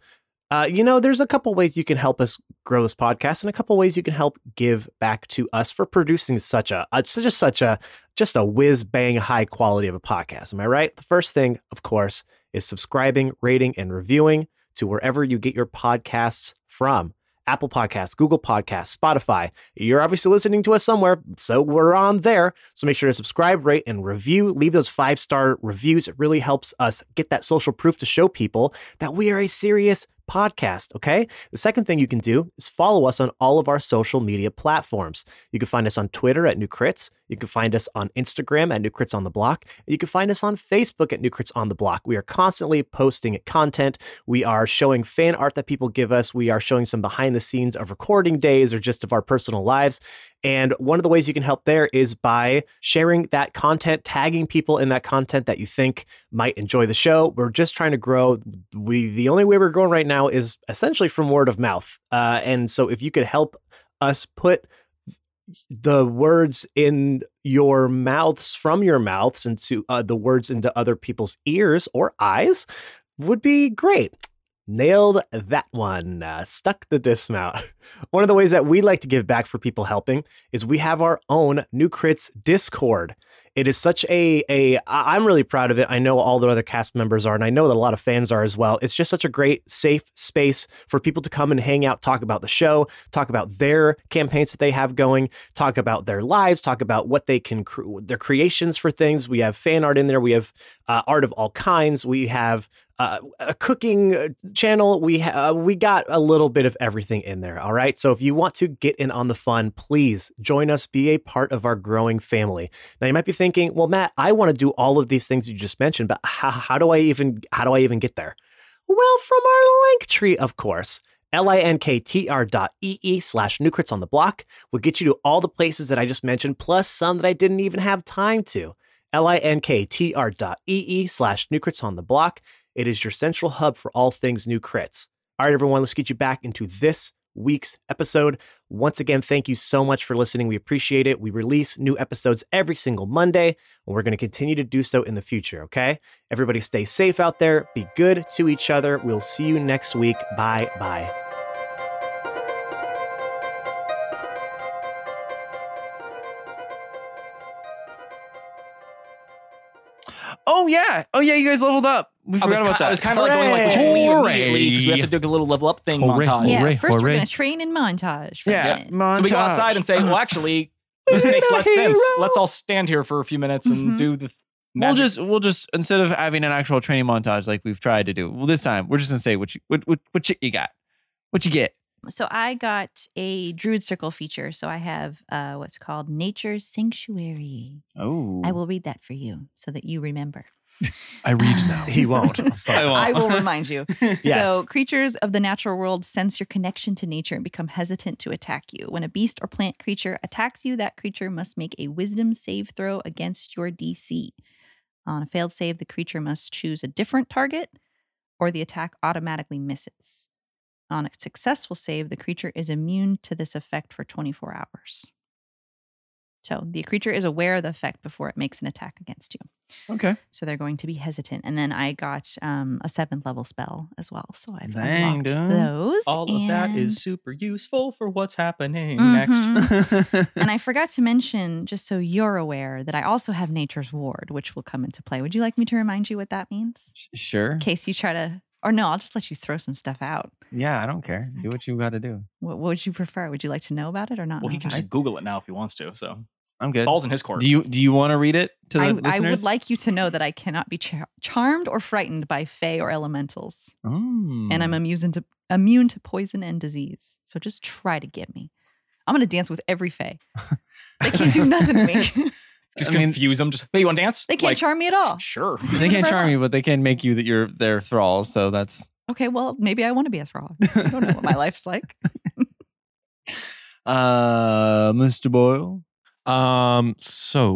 D: Uh, you know, there's a couple ways you can help us grow this podcast, and a couple ways you can help give back to us for producing such a, uh, just such a just a whiz bang high quality of a podcast. Am I right? The first thing, of course, is subscribing, rating, and reviewing to wherever you get your podcasts from. Apple Podcasts, Google Podcasts, Spotify. You're obviously listening to us somewhere, so we're on there. So make sure to subscribe, rate, and review. Leave those five star reviews. It really helps us get that social proof to show people that we are a serious podcast. Okay. The second thing you can do is follow us on all of our social media platforms. You can find us on Twitter at New Crits. You can find us on Instagram at New Crits on the Block. You can find us on Facebook at New Crits on the Block. We are constantly posting content. We are showing fan art that people give us. We are showing some behind the scenes of recording days or just of our personal lives. And one of the ways you can help there is by sharing that content, tagging people in that content that you think might enjoy the show. We're just trying to grow. We the only way we're growing right now is essentially from word of mouth. Uh, and so if you could help us put the words in your mouths from your mouths into uh, the words into other people's ears or eyes would be great. Nailed that one. Uh, stuck the dismount. One of the ways that we like to give back for people helping is we have our own New Crits Discord. It is such a a I- I'm really proud of it. I know all the other cast members are, and I know that a lot of fans are as well. It's just such a great safe space for people to come and hang out, talk about the show, talk about their campaigns that they have going, talk about their lives, talk about what they can cre- their creations for things. We have fan art in there. We have uh, art of all kinds. We have uh, a cooking uh, channel. We ha- uh, we got a little bit of everything in there. All right. So if you want to get in on the fun, please join us. Be a part of our growing family. Now you might be thinking, well, Matt, I want to do all of these things you just mentioned, but how, how do I even how do I even get there? Well, from our link tree, of course. L-I-N-K-T-R dot E-E slash Nucrits on the block will get you to all the places that I just mentioned, plus some that I didn't even have time to. L-I-N-K-T-R dot E-E slash Nucrits on the block. It is your central hub for all things new crits. All right, everyone, let's get you back into this week's episode. Once again, thank you so much for listening. We appreciate it. We release new episodes every single Monday, and we're going to continue to do so in the future, okay? Everybody stay safe out there. Be good to each other. We'll see you next week. Bye bye.
G: Oh, yeah. Oh, yeah. You guys leveled up. We
B: I
G: forgot
B: was,
G: about
B: ki-
G: that.
B: I was kind of like going like, which way
E: Hooray.
B: immediately because we have to do a little level up thing
E: Hooray.
B: montage.
E: Yeah,
A: yeah,
E: hooray,
A: first we're
E: hooray.
A: going to train and montage. for a
G: yeah.
A: minute.
G: Montage.
B: So we go outside and say, well, actually, this makes less sense. Let's all stand here for a few minutes and
F: Mm-hmm.
A: Mhm.
B: do the.
G: We'll
B: Magic.
G: just we'll just instead of having an actual training montage like we've tried to do, well this time we're just gonna say what you what what, what shit you got, what you get.
A: Mm, So I got a Druid Circle feature. So I have uh, what's called Nature's Sanctuary.
C: Oh.
A: I will read that for you so that you remember.
E: I read now.
D: He won't.
G: I won't.
F: I will remind you.
D: Yes.
A: So, creatures of the natural world sense your connection to nature and become hesitant to attack you. When a beast or plant creature attacks you, that creature must make a wisdom save throw against your DC. On a failed save, the creature must choose a different target or the attack automatically misses. On a successful save, the creature is immune to this effect for 24 hours. So, the creature is aware of the effect before it makes an attack against you.
G: Okay.
A: So they're going to be hesitant. And then I got um, a seventh level spell as well. So I've
C: Dang,
A: unlocked
C: dude.
A: those.
B: All of that
A: and-
B: is super useful for what's happening next.
A: Mhm.
F: Mm-hmm.
A: and I forgot to mention, just so you're aware, that I also have Nature's Ward, which will come into play. Would you like me to remind you what that means?
C: sure.
A: In case you try to, or no, I'll just let you throw some stuff out.
C: Yeah, I don't care. Do what you got to do.
A: What, what would you prefer? Would you like to know about it or not?
B: Well,
A: know
B: he can
A: about
B: just Google it now if he wants to. So
C: I'm good.
B: Balls in his court.
C: Do you do you want to read it to the
F: I,
C: listeners?
F: I would like you to know that I cannot be char- charmed or frightened by fae or elementals,
C: Mm.
F: and I'm immune to immune to poison and disease. So just try to get me. I'm gonna dance with every fae. They can't do nothing to me.
B: just
C: I mean-
B: confuse them. Just hey, you want to dance?
F: they can't
B: Like,
F: charm me at all.
B: Sure.
C: They can't
F: Whatever I
C: charm you, but they can make you that you're their thrall. So that's
F: Okay, well maybe I want to be a thrall. I don't know what my life's like.
C: uh, Mr. Boyle.
E: Um. So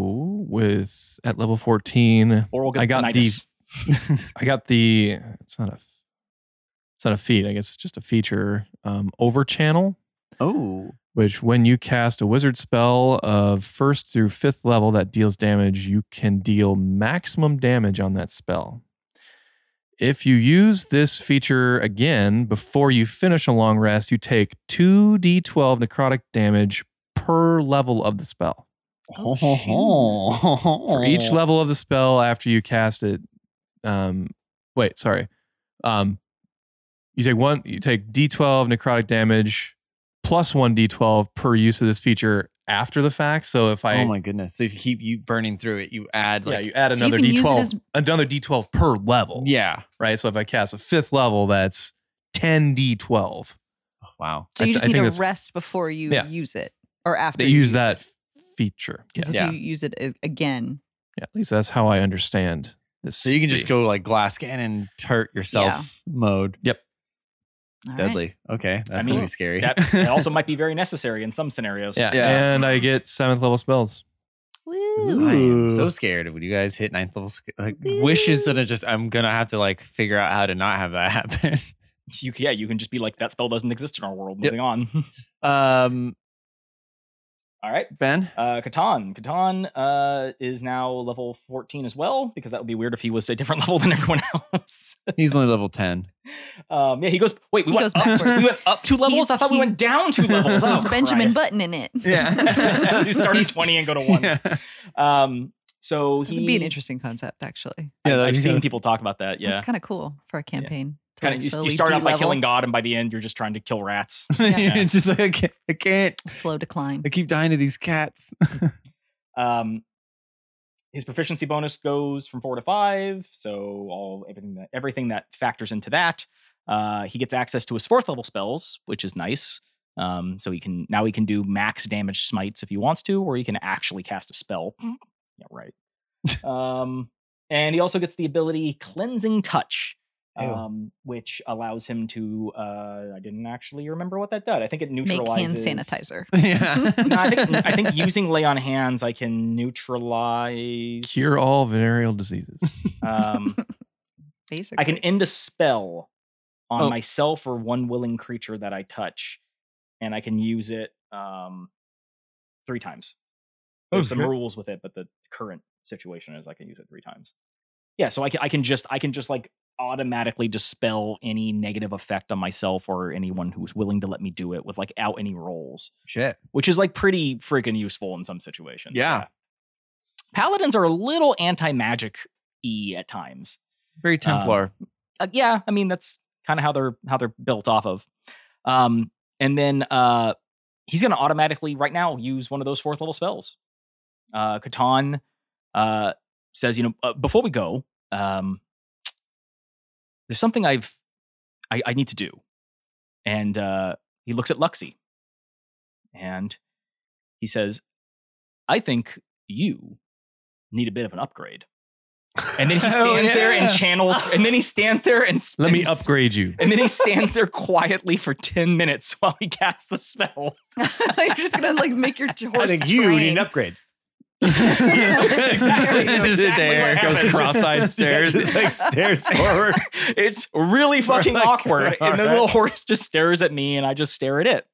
E: with at level fourteen,
B: Oral
E: I got
B: gastroenteritis.
E: I got the. It's not a. It's not a feat. I guess it's just a feature. Um. Over channel,
C: Oh,
E: which when you cast a wizard spell of first through fifth level that deals damage, you can deal maximum damage on that spell. If you use this feature again before you finish a long rest, you take two d12 necrotic damage per level of the spell. for each
C: Oh.
E: level of the spell after you cast it. Um, wait, sorry. Um, you take one. You take D12 necrotic damage plus one D12 per use of this feature after the fact. So if I
C: oh my goodness! So if you keep you burning through it, you add
E: yeah,
C: like
E: you add
F: So you
E: another
F: can use it
E: D12,
F: as-
E: another D12 per level.
C: yeah.
E: right. So if I cast a fifth level, that's ten D12.
C: Oh, wow.
F: So
E: I
F: you
E: th-
F: just
E: I
F: need
E: think
F: a
E: that's-
F: rest before you
E: Yeah.
F: use it or after
E: They
F: you
E: use
F: it.
E: that f- feature. Yeah.
F: 'Cause if
C: Yeah.
F: you use it a- again,
E: yeah, at least that's how I understand this.
C: So you can just
E: feat.
C: go like glass cannon, hurt yourself mode.
F: All right.
C: Deadly. Okay, that's
B: mean,
C: gonna be scary.
B: That that also might be very necessary in some scenarios.
E: Yeah,
C: Yeah.
E: and I get seventh level spells.
F: Woo.
C: I am so
D: Ooh.
C: scared when you guys hit ninth level. sc- Like wishes that I just I'm gonna have to like figure out how to not have that happen.
B: You, yeah, you can just be like, that spell doesn't exist in our world. Moving on.
C: Um,
B: All right.
C: Ben.
B: Uh, Catan. Catan uh, is now level 14 as well, because that would be weird if he was a different level than everyone else.
C: He's only level 10.
B: Um, yeah, he goes, wait, we,
F: He
B: went,
F: goes
B: up,
F: backwards.
B: we went up two levels?
F: He's-
B: I thought we
F: he-
B: went down two levels. Oh,
F: It's Benjamin
B: Christ.
F: Button in it.
B: Yeah. he started 20 and go to 1. Um, so
F: It
B: he.
F: would be an interesting concept, actually.
B: Yeah,
C: Yeah,
B: I've
C: that'd be
B: seen
C: good.
B: people talk about that. Yeah.
F: It's kind of cool for a campaign. to,
B: Kind
F: like,
B: of, you, you
F: slowly
B: start out by
F: de-level,
B: killing God, and by the end, you're just trying to kill rats.
C: It's just like, I can't, I can't.
F: Slow decline.
C: I keep dying to these cats.
B: Um, his proficiency bonus goes from four to five, so all everything that everything that factors into that. Uh, he gets access to his fourth level spells, which is nice. Um, so he can now he can do max damage smites if he wants to, or he can actually cast a spell.
F: Mm.
B: Yeah, right. um, and he also gets the ability cleansing touch.
C: Ew.
B: Um, which allows him to uh, I didn't actually remember what that did. I think it
F: Make hand
B: neutralizes
F: sanitizer.
C: yeah.
B: no, I think I think using lay on hands, I can neutralize.
E: Cure all venereal diseases.
B: Um,
F: Basically.
B: I can end a spell on
C: Oh.
B: myself or one willing creature that I touch, and I can use it um, three times. There's
C: Oh,
B: some
C: sure.
B: rules with it, but the current situation is I can use it three times. Yeah, so I can I can just I can just like automatically dispel any negative effect on myself or anyone who's willing to let me do it with like out any rolls.
C: Shit.
B: which is like pretty freaking useful in some situations.
C: Yeah.
B: Paladins are a little anti magic y at times.
C: Very Templar.
B: Uh, yeah, I mean that's kind of how they're how they're built off of. Um and then uh he's going to automatically right now use one of those fourth level spells. Uh Catan uh says, you know, uh, before we go, um there's something I've I, I need to do. And uh he looks at Luxie and he says, I think you need a bit of an upgrade. And then he stands
C: Hell
B: there and
C: yeah.
B: channels, and then he stands there and
E: Let me
B: and s-
E: upgrade you.
B: And then he stands there quietly for 10 minutes while he casts the spell.
F: You're just gonna like make your
D: I
F: horse.
D: think you need
F: train.
D: an upgrade.
B: Exactly.
F: This
B: That's
F: is
B: exactly
E: there,
B: what
E: goes
B: happens.
E: cross-eyed stairs.
D: Just like stares forward.
B: It's really fucking
D: like,
B: awkward.
D: "All
B: And the
D: right."
B: little horse just stares at me and I just stare at it.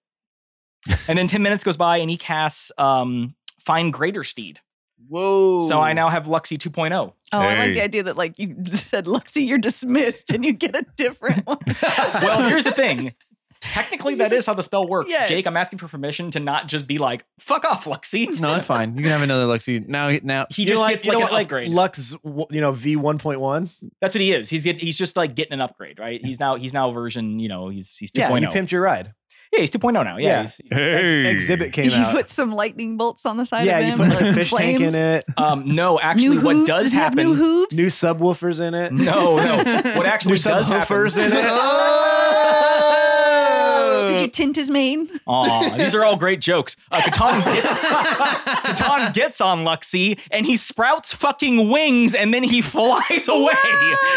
B: And then 10 minutes goes by and he casts um, Find Greater Steed.
D: Whoa.
B: So I now have Luxie 2.0.
F: Oh, I like
D: Hey.
F: the idea that like you said, Luxie, you're dismissed, and you get a different one.
B: Well, here's the thing. Technically, that is how the spell works.
F: Yes.
B: Jake, I'm asking for permission to not just be like, fuck off, Luxie.
C: No, that's fine. You can have another Luxie. Now, now
B: He
D: You know
B: just
D: what-
B: gets
D: you
B: like
D: know
B: an
D: what,
B: upgrade.
D: Lux, w- you know, V1.1.
B: That's what he is. He's get- he's just like getting an upgrade, right? He's now he's now version, you know, he's he's 2.0.
D: oh. Yeah, you pimped your ride.
B: Yeah, he's 2.0 now. Yeah.
D: Yeah.
B: He's, he's-
D: Ex- exhibit came
F: you
D: out.
F: put some lightning bolts on the side
D: yeah,
F: of him.
D: you put like
F: like
D: a
F: some
D: fish
F: flames.
D: tank in it,
B: um, no, actually,
F: new
B: what
F: hooves?
B: does
F: Does it have
B: happen.
F: new hooves?
D: new subwoofers in it,
B: no, no. What
D: new
B: actually does happen.
D: subwoofers in it.
B: Oh.
F: Did you tint his mane?
B: Aw, these are all great jokes. Uh, Catan, gets, Catan gets on Luxie and he sprouts fucking wings and then he flies away.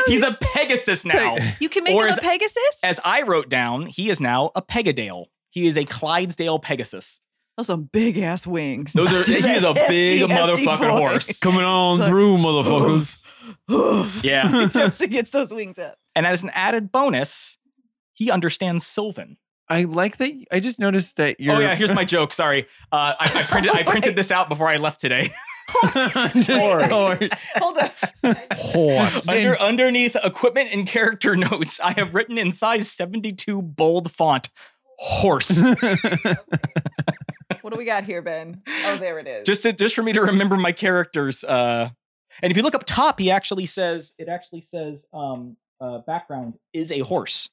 B: He's a Pegasus now.
F: You can make
B: Or
F: him
B: is-
F: a Pegasus.
B: As I wrote down, he is now a Pegadale. He is a Clydesdale Pegasus.
F: Those are big ass wings.
B: Those are he is a big
F: Hefty, hefty
B: motherfucking
F: boy.
B: horse.
G: Coming on through, motherfuckers.
B: Yeah.
F: Jumps and gets those wings up.
B: And as an added bonus, he understands Sylvan.
G: I like that. I just noticed that you're.
B: Oh yeah, here's my joke. Sorry, uh, I, I printed I printed this out before I left today.
F: Hold up.
E: Horse. uh,
B: Under, underneath equipment and character notes, I have written in size 72 bold font horse.
F: What do we got here, Ben? Oh, there it is.
B: just to, just for me to remember my characters. Uh, and if you look up top, he actually says it actually says um, uh, background is a horse.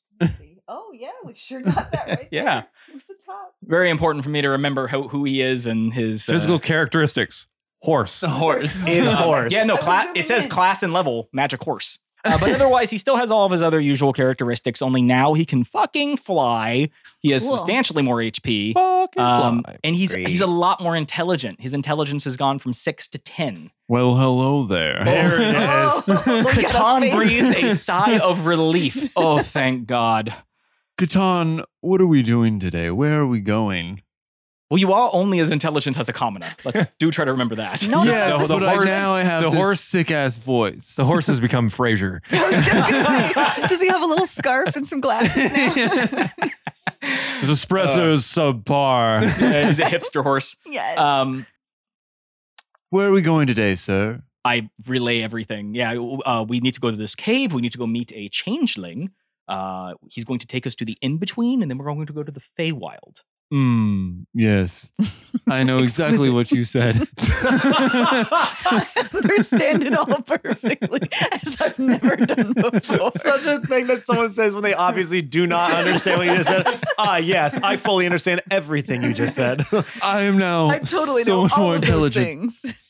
F: Oh yeah, we sure got that right.
B: Yeah.
F: there. It's the top.
B: Very important for me to remember how, who he is and his uh,
E: Physical characteristics. Horse.
G: horse.
D: It's
B: Uh,
D: horse.
B: Yeah, no,
F: I was
B: cla-
F: zooming
B: it says
F: in.
B: class and level, magic horse. Uh, but otherwise, he still has all of his other usual characteristics, only now he can fucking fly. He has
F: Cool.
B: substantially more HP.
E: Fucking
B: Um,
E: fly.
B: and he's
D: Great.
B: he's a lot more intelligent. His intelligence has gone from six to ten.
G: Well, hello there.
D: There it is.
F: Oh, look at a
B: Catan
F: face.
B: breathes a sigh of relief. Oh, thank God.
G: Catan, what are we doing today? Where are we going?
B: Well, you are only as intelligent as a commoner. Let's do try to remember that.
F: No, no, no.
G: yes,
E: the
G: but I-
E: horse-
G: now I have
E: the
G: the
E: horse-
G: horse sick ass voice.
E: The horse has become Frasier.
F: I was just gonna say, does he have a little scarf and some glasses now?
E: His espresso is subpar.
B: Yeah, he's a Uh, hipster horse.
F: yes.
B: Um,
G: Where are we going today, sir?
B: I relay everything. Yeah, uh, we need to go to this cave. We need to go meet a changeling. Uh, he's going to take us to the in between, and then we're going to go to the Feywild.
G: Hmm. Yes, I know exactly what you said.
F: We're standing all perfectly as I've never done before.
D: Such a thing that someone says when they obviously do not understand what you just said. Ah, yes, I fully understand everything you just said.
G: I am now
F: I totally
G: so
F: know
G: much
F: all
G: more
F: of
G: intelligent.
F: those things.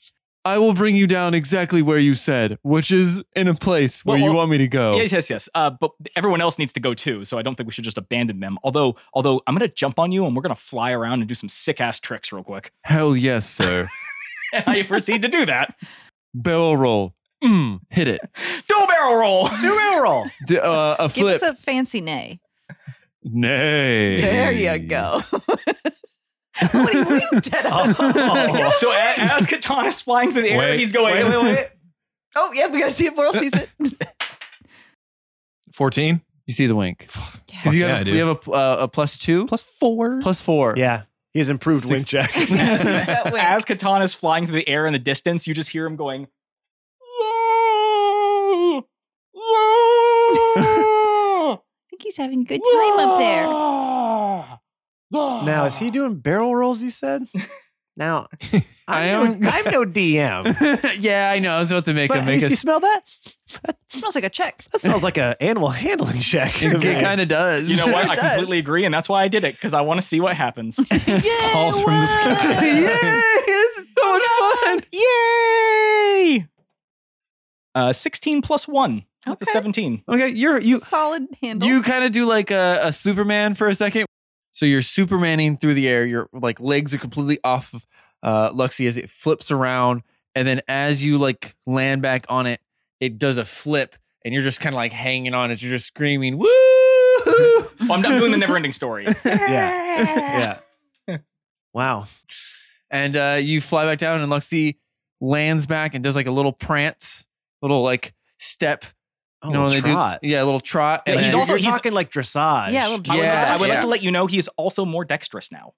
G: I will bring you down exactly where you said, which is in a place where
B: Well,
G: you
B: well,
G: want me to
E: Oh.
G: go.
B: Yes, yes, yes. Uh, but everyone else needs to go too, so I don't think we should just abandon them. Although, although I'm gonna jump on you, and we're gonna fly around and do some sick ass tricks real quick.
G: Hell yes, sir.
B: And I proceed to do that.
G: Barrel roll. Mm, hit it.
B: Dual barrel roll.
D: New barrel roll.
G: D- uh, a
F: Give
G: flip.
F: us a fancy nay.
G: Nay.
F: There you go. what are you dead
B: Oh. so a- as Katana's flying through the air,
E: Wait,
B: he's going.
D: Wait, wait, wait.
F: Oh yeah, we gotta see if Moral sees it.
E: 14?
G: You see the wink?
E: Fuck
G: Because you,
E: yeah,
G: have
E: I
G: a-
E: do.
G: you have a uh, a plus two,
E: Plus four.
G: plus four.
D: Yeah, he's improved
G: Six-
D: wing check.
F: That way.
B: As Katana's flying through the air in the distance, you just hear him going.
A: think he's having a good time up there.
D: Now, is he doing barrel rolls? You said. Now, I'm,
G: am-
D: no, I'm no DM.
G: yeah, I know. I was about to make
D: But
G: a
D: you,
G: make a.
D: you smell that?
F: smells like a check.
D: That smells like an animal handling check. to
G: It
D: me.
G: kind of does.
B: You know what? I
F: does.
B: completely agree, and that's why I did it because I want to see what happens.
F: Yay,
E: Falls from the sky.
G: this is so much fun.
B: Yay! Uh, sixteen plus one. That's a
F: Okay.
B: seventeen.
G: Okay, you're you
F: Solid handle.
G: you kind of do like a, a Superman for a second. So you're Supermaning through the air. Your like legs are completely off of uh, Luxie as it flips around, and then as you like land back on it, it does a flip, and you're just kind of like hanging on as you're just screaming, "Woo!"
B: Well, I'm, I'm doing the never-ending story.
D: Yeah. Yeah. Wow.
G: and uh, you fly back down, and Luxie lands back and does like a little prance, little like step.
D: Oh,
G: you know, when they do-
D: trot.
G: yeah, a little trot.
B: Yeah,
G: and
B: he's
G: then-
B: also-
D: You're talking like dressage.
F: Yeah, a little
B: I would,
G: Yeah,
B: I would like
G: yeah.
B: to let you know he is also more dexterous now.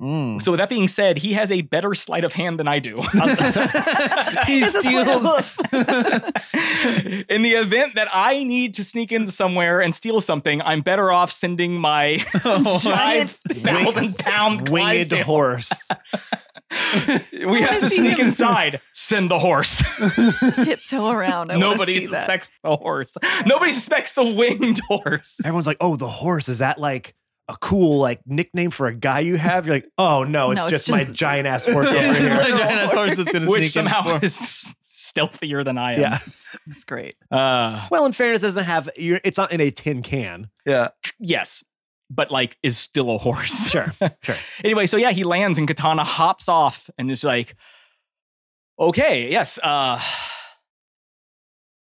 G: Mm.
B: So with that being said, he has a better sleight of hand than I do.
G: he
F: It's a sleight of
G: steals.
B: in the event that I need to sneak in somewhere and steal something, I'm better off sending my five thousand pound
D: winged
B: Clydesdale.
D: horse.
B: We have to
F: see
B: sneak
F: him.
B: inside. Send the horse.
F: tiptoe around. I wanna
B: Nobody
F: see that.
B: suspects the horse. Nobody suspects the winged horse.
D: Everyone's like, oh, the horse is that like a cool like nickname for a guy you have, you're like, oh no, it's,
F: No, it's
D: just, my
F: just-
D: giant ass horse
F: It's
D: over
F: just
D: here.
F: like-
B: which somehow is stealthier than I am.
D: Yeah.
F: That's great.
B: Uh,
D: Well, in fairness, it doesn't have you're, it's not in a tin can.
G: yeah.
B: yes, but like is still a horse.
D: Sure, sure.
B: anyway, so yeah, he lands and Katana hops off and is like, "Okay, yes, uh,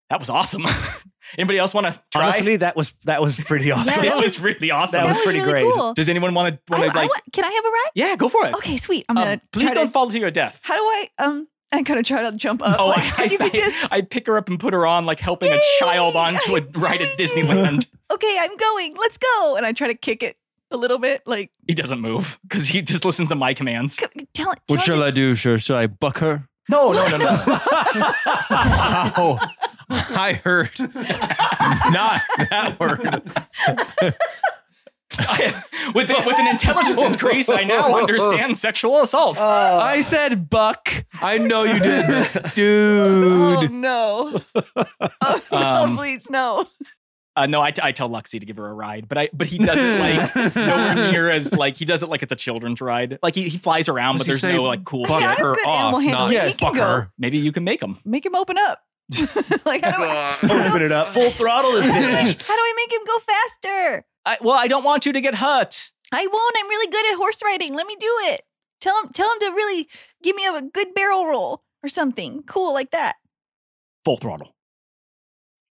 B: that was awesome. Anybody else want to try?
D: Honestly, that was that was pretty awesome.
B: that,
F: that
B: was,
F: was-
B: really awesome.
D: that was pretty
F: really
D: great.
F: Cool.
B: Does anyone want to
F: I,
B: want to
F: I
B: like?
F: want- can I have a ride?
B: yeah, go for it.
F: Okay, sweet. I'm
B: Um,
F: gonna
B: please
F: try
B: don't
F: To,
B: fall to your death. Oh,
F: how do I um? I kind of try to jump up. like, if you could just
B: I pick her up and put her on, like helping
F: Yay,
B: a child onto a
F: I'm
B: ride at
F: doing it.
B: Disneyland.
F: okay, I'm going. Let's go. And I try to kick it a little bit. Like
B: he doesn't move because he just listens to my commands.
F: c- tell, tell
G: What shall
F: me-
G: I do? Sure, shall I buck her?
B: No, no, no, no.
I: Wow. I heard not that word.
B: I- with, with an intelligence increase, I now understand sexual assault.
G: I said buck. I know "Oh, you did, dude.
F: Oh no! Oh no!
B: Um,
F: please no!
B: Uh, no, I, I tell Luxy to give her a ride, but I but he doesn't like nowhere near as like he does it like it's a children's ride. Like he, he flies around,
I: Does
B: but
I: he
B: there's
I: say
B: no like cool.
F: Yeah,
B: shit.
F: I'm
I: her
F: good at
I: off,
F: animal handling.
G: yeah,
F: He can go.
B: Maybe you can make him.
F: Make him open up. like how do I?
D: Open it up, full throttle this
F: How do I,
D: bitch.
F: how do I make him go faster?
B: I, well, I don't want you to get hurt.
F: I won't. I'm really good at horse riding. Let me do it. Tell him. Tell him to really give me a good barrel roll or something cool like that.
B: Full throttle.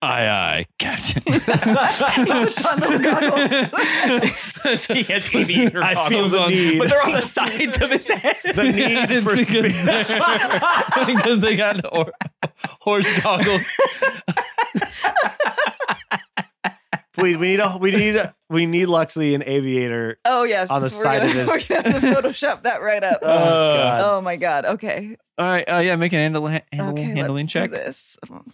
C: Aye, aye, Captain.
F: he puts on those goggles.
B: he has easy
D: I feel the need.
B: but they're on the sides of his head.
D: the need for speed.
G: because they got hor- horse goggles.
D: Please, we need a we need a, we need Luxley an aviator.
F: oh yes.
D: On the side of
F: gonna-
D: his-
F: We're gonna have to Photoshop that right up.
D: Oh, God.
F: Oh my god. Okay.
G: All right, uh, yeah, make an handle, ha- handle-
F: Okay.
G: handling
F: let's do
G: check.
F: this. Um,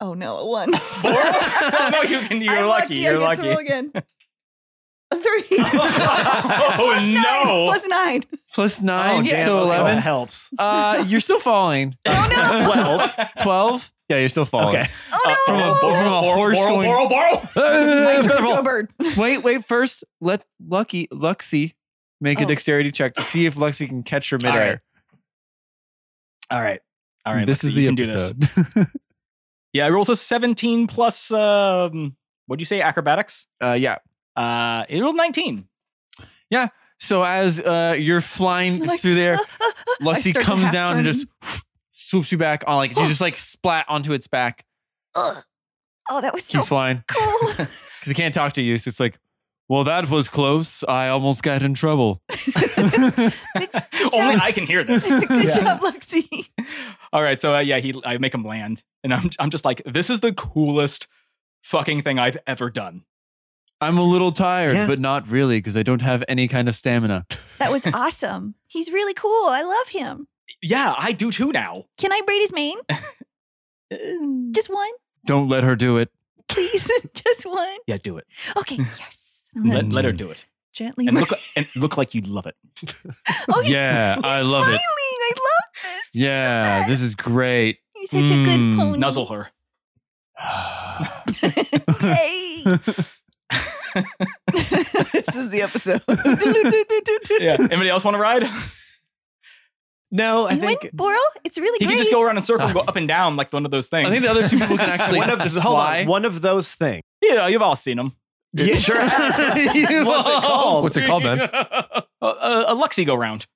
F: Oh no! A one.
B: no, you can. You're
F: I'm
B: lucky. You're
F: I get to
B: lucky.
F: roll again. A three.
B: oh
F: Plus Nine,
B: no!
F: plus nine.
G: Plus nine,
F: Oh, damn,
G: so
D: okay, well,
G: eleven.
D: helps.
G: Uh, you're still falling.
F: Oh no!
D: Twelve.
G: Twelve. Yeah, you're still falling.
D: Okay.
F: Oh
B: Uh,
F: no!
G: From a from a horse
B: Borrow,
G: going.
B: borrow, borrow.
F: I turned into
G: Uh,
F: a bird.
G: wait, wait. First, let Lucky Luxy make a
F: Oh.
G: dexterity check to see if Luxy can catch her midair.
B: right, All right, all right.
I: This
B: Lexi,
I: is the
B: you can do this.
I: episode.
B: Yeah, I rolls a 17 plus. Um, what'd you say? Acrobatics.
G: Uh, yeah.
B: Uh, it rolled 19.
G: So as uh, you're flying
F: Like,
G: through there,
F: uh, uh, uh, I
G: Luxy
F: start to
G: comes
F: half
G: down and
F: turn.
G: just swoops you back on. Like you just like splat onto its back.
F: Ugh. Oh, that was so
G: Keeps flying
F: cool.
G: because it can't talk to you. So it's like, well, that was close. I almost got in trouble.
B: Only I can hear this.
F: Good job, Luxy.
B: All right, so uh, yeah, he I make him land, and I'm I'm just like, this is the coolest fucking thing I've ever done.
G: I'm a little tired,
D: Yeah.
G: but not really because I don't have any kind of stamina.
F: That was awesome. He's really cool. I love him.
B: Yeah, I do too now.
F: Can I braid his mane? Just one,
G: Don't let her do it.
F: please. Just one.
B: Yeah, do it.
F: Okay. Yes. I'm gonna
B: Let, let her do it,
F: gently.
B: and look li- and look like you love it.
F: oh, he's,
I: Yeah,
F: he's
I: I love
F: smiling.
I: it.
F: I love this. He's the
I: Yeah, this is great.
F: You're such a good
I: Mm,
F: pony.
B: Nuzzle her.
F: Yay. this is the episode.
B: Yeah. Anybody else want to ride?
D: No, I
F: You win,
D: think
F: Boral. It's really
B: He
F: great.
B: can just go around in a circle, and go up and down like one of those things.
G: I think the other two people can actually
D: one of
G: just
D: hold
G: fly.
D: on, one of those things.
B: yeah, you've all seen him.
D: Yeah, sure. What's it called?
E: What's it called, Ben?
B: A, a, a Luxy go round.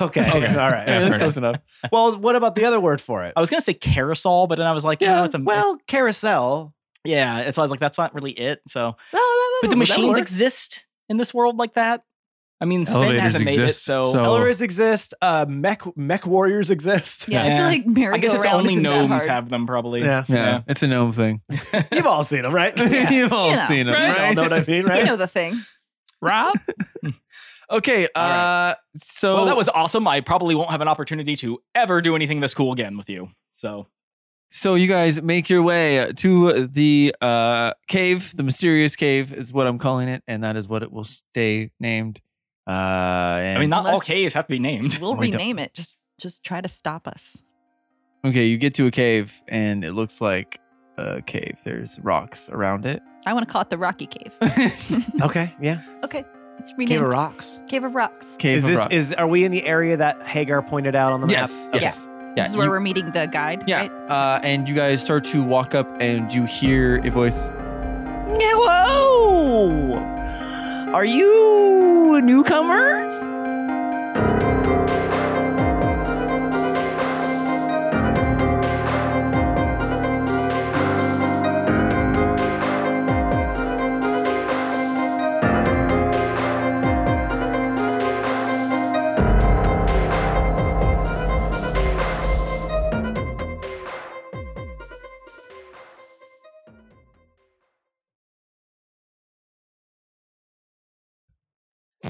D: Okay.
E: Okay.
D: All right.
E: Yeah, fair enough.
G: enough.
D: Well, what about the other word for it?
B: I was gonna say carousel, but then I was like, yeah, it's a
D: Well, carousel.
B: yeah. That's why I was like, that's not really it. So,
D: No, that-
B: but
D: Oh, that-
B: do
D: that
B: machines
D: works.
B: exist in this world like that? I mean, Sven
E: Elevators
B: hasn't made it,
E: exist,
B: so,
E: so-
D: Elevators exist. Uh, mech mech warriors exist.
F: yeah, I
B: Yeah.
F: feel like merry
B: I guess it's only gnomes have them, probably.
D: Yeah.
G: Yeah,
B: Yeah.
G: it's a gnome thing.
D: You've all seen them, right?
G: You've all
F: You know.
G: seen them,
D: You all
G: right?
D: know what I mean, right?
F: You know the thing.
B: Rob.
G: Okay,
B: All right.
G: uh, so
B: Well, that was awesome. I probably won't have an opportunity to ever do anything this cool again with you. So,
G: so you guys make your way uh, to the uh cave. The mysterious cave is what I'm calling it, and that is what it will stay named. Uh,
B: I mean, not all
F: Unless-
B: caves have to be named.
F: We'll
G: We don't-
F: rename it. Just just try to stop us.
G: okay, you get to a cave, and it looks like a cave. There's rocks around it.
F: I want to call it the Rocky Cave.
D: Okay, yeah.
F: okay, it's
D: Cave
F: renamed
D: of Rocks.
F: Cave of Rocks.
G: Cave
D: is
G: of
D: this
G: Rock.
D: is are we in the area that Hagar pointed out on the
G: yes,
D: map?
G: yes.
F: this is where we're meeting the guide.
G: Yeah,
F: right?
G: uh, and you guys start to walk up, and you hear a voice. Hello, are you newcomers?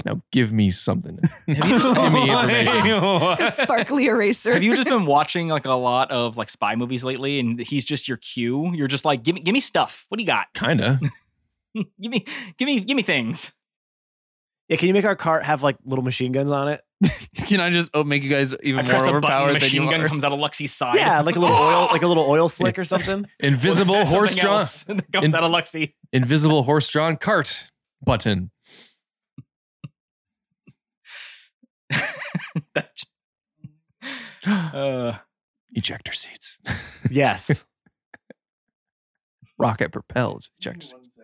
E: Now give me something. give me information.
F: The sparkly eraser.
B: Have you just been watching like a lot of like spy movies lately? And he's just your cue. You're just like, give me, give me stuff. What do you got?
E: Kinda.
B: give me, give me, give me things.
D: Yeah, can you make our cart have like little machine guns on it?
G: Can I just oh, make you guys even
B: I
G: more
B: press a button.
G: overpowered than
B: machine
G: you
B: gun
G: are?
B: comes out of Luxie's side.
D: Yeah, like a little oil, like a little oil slick or something.
E: Invisible horse
B: Something
E: drawn.
B: else that comes
E: In-
B: out of Luxie.
E: Invisible horse drawn cart button.
B: That- uh,
E: Ejector seats.
D: yes.
E: Rocket propelled ejector seats.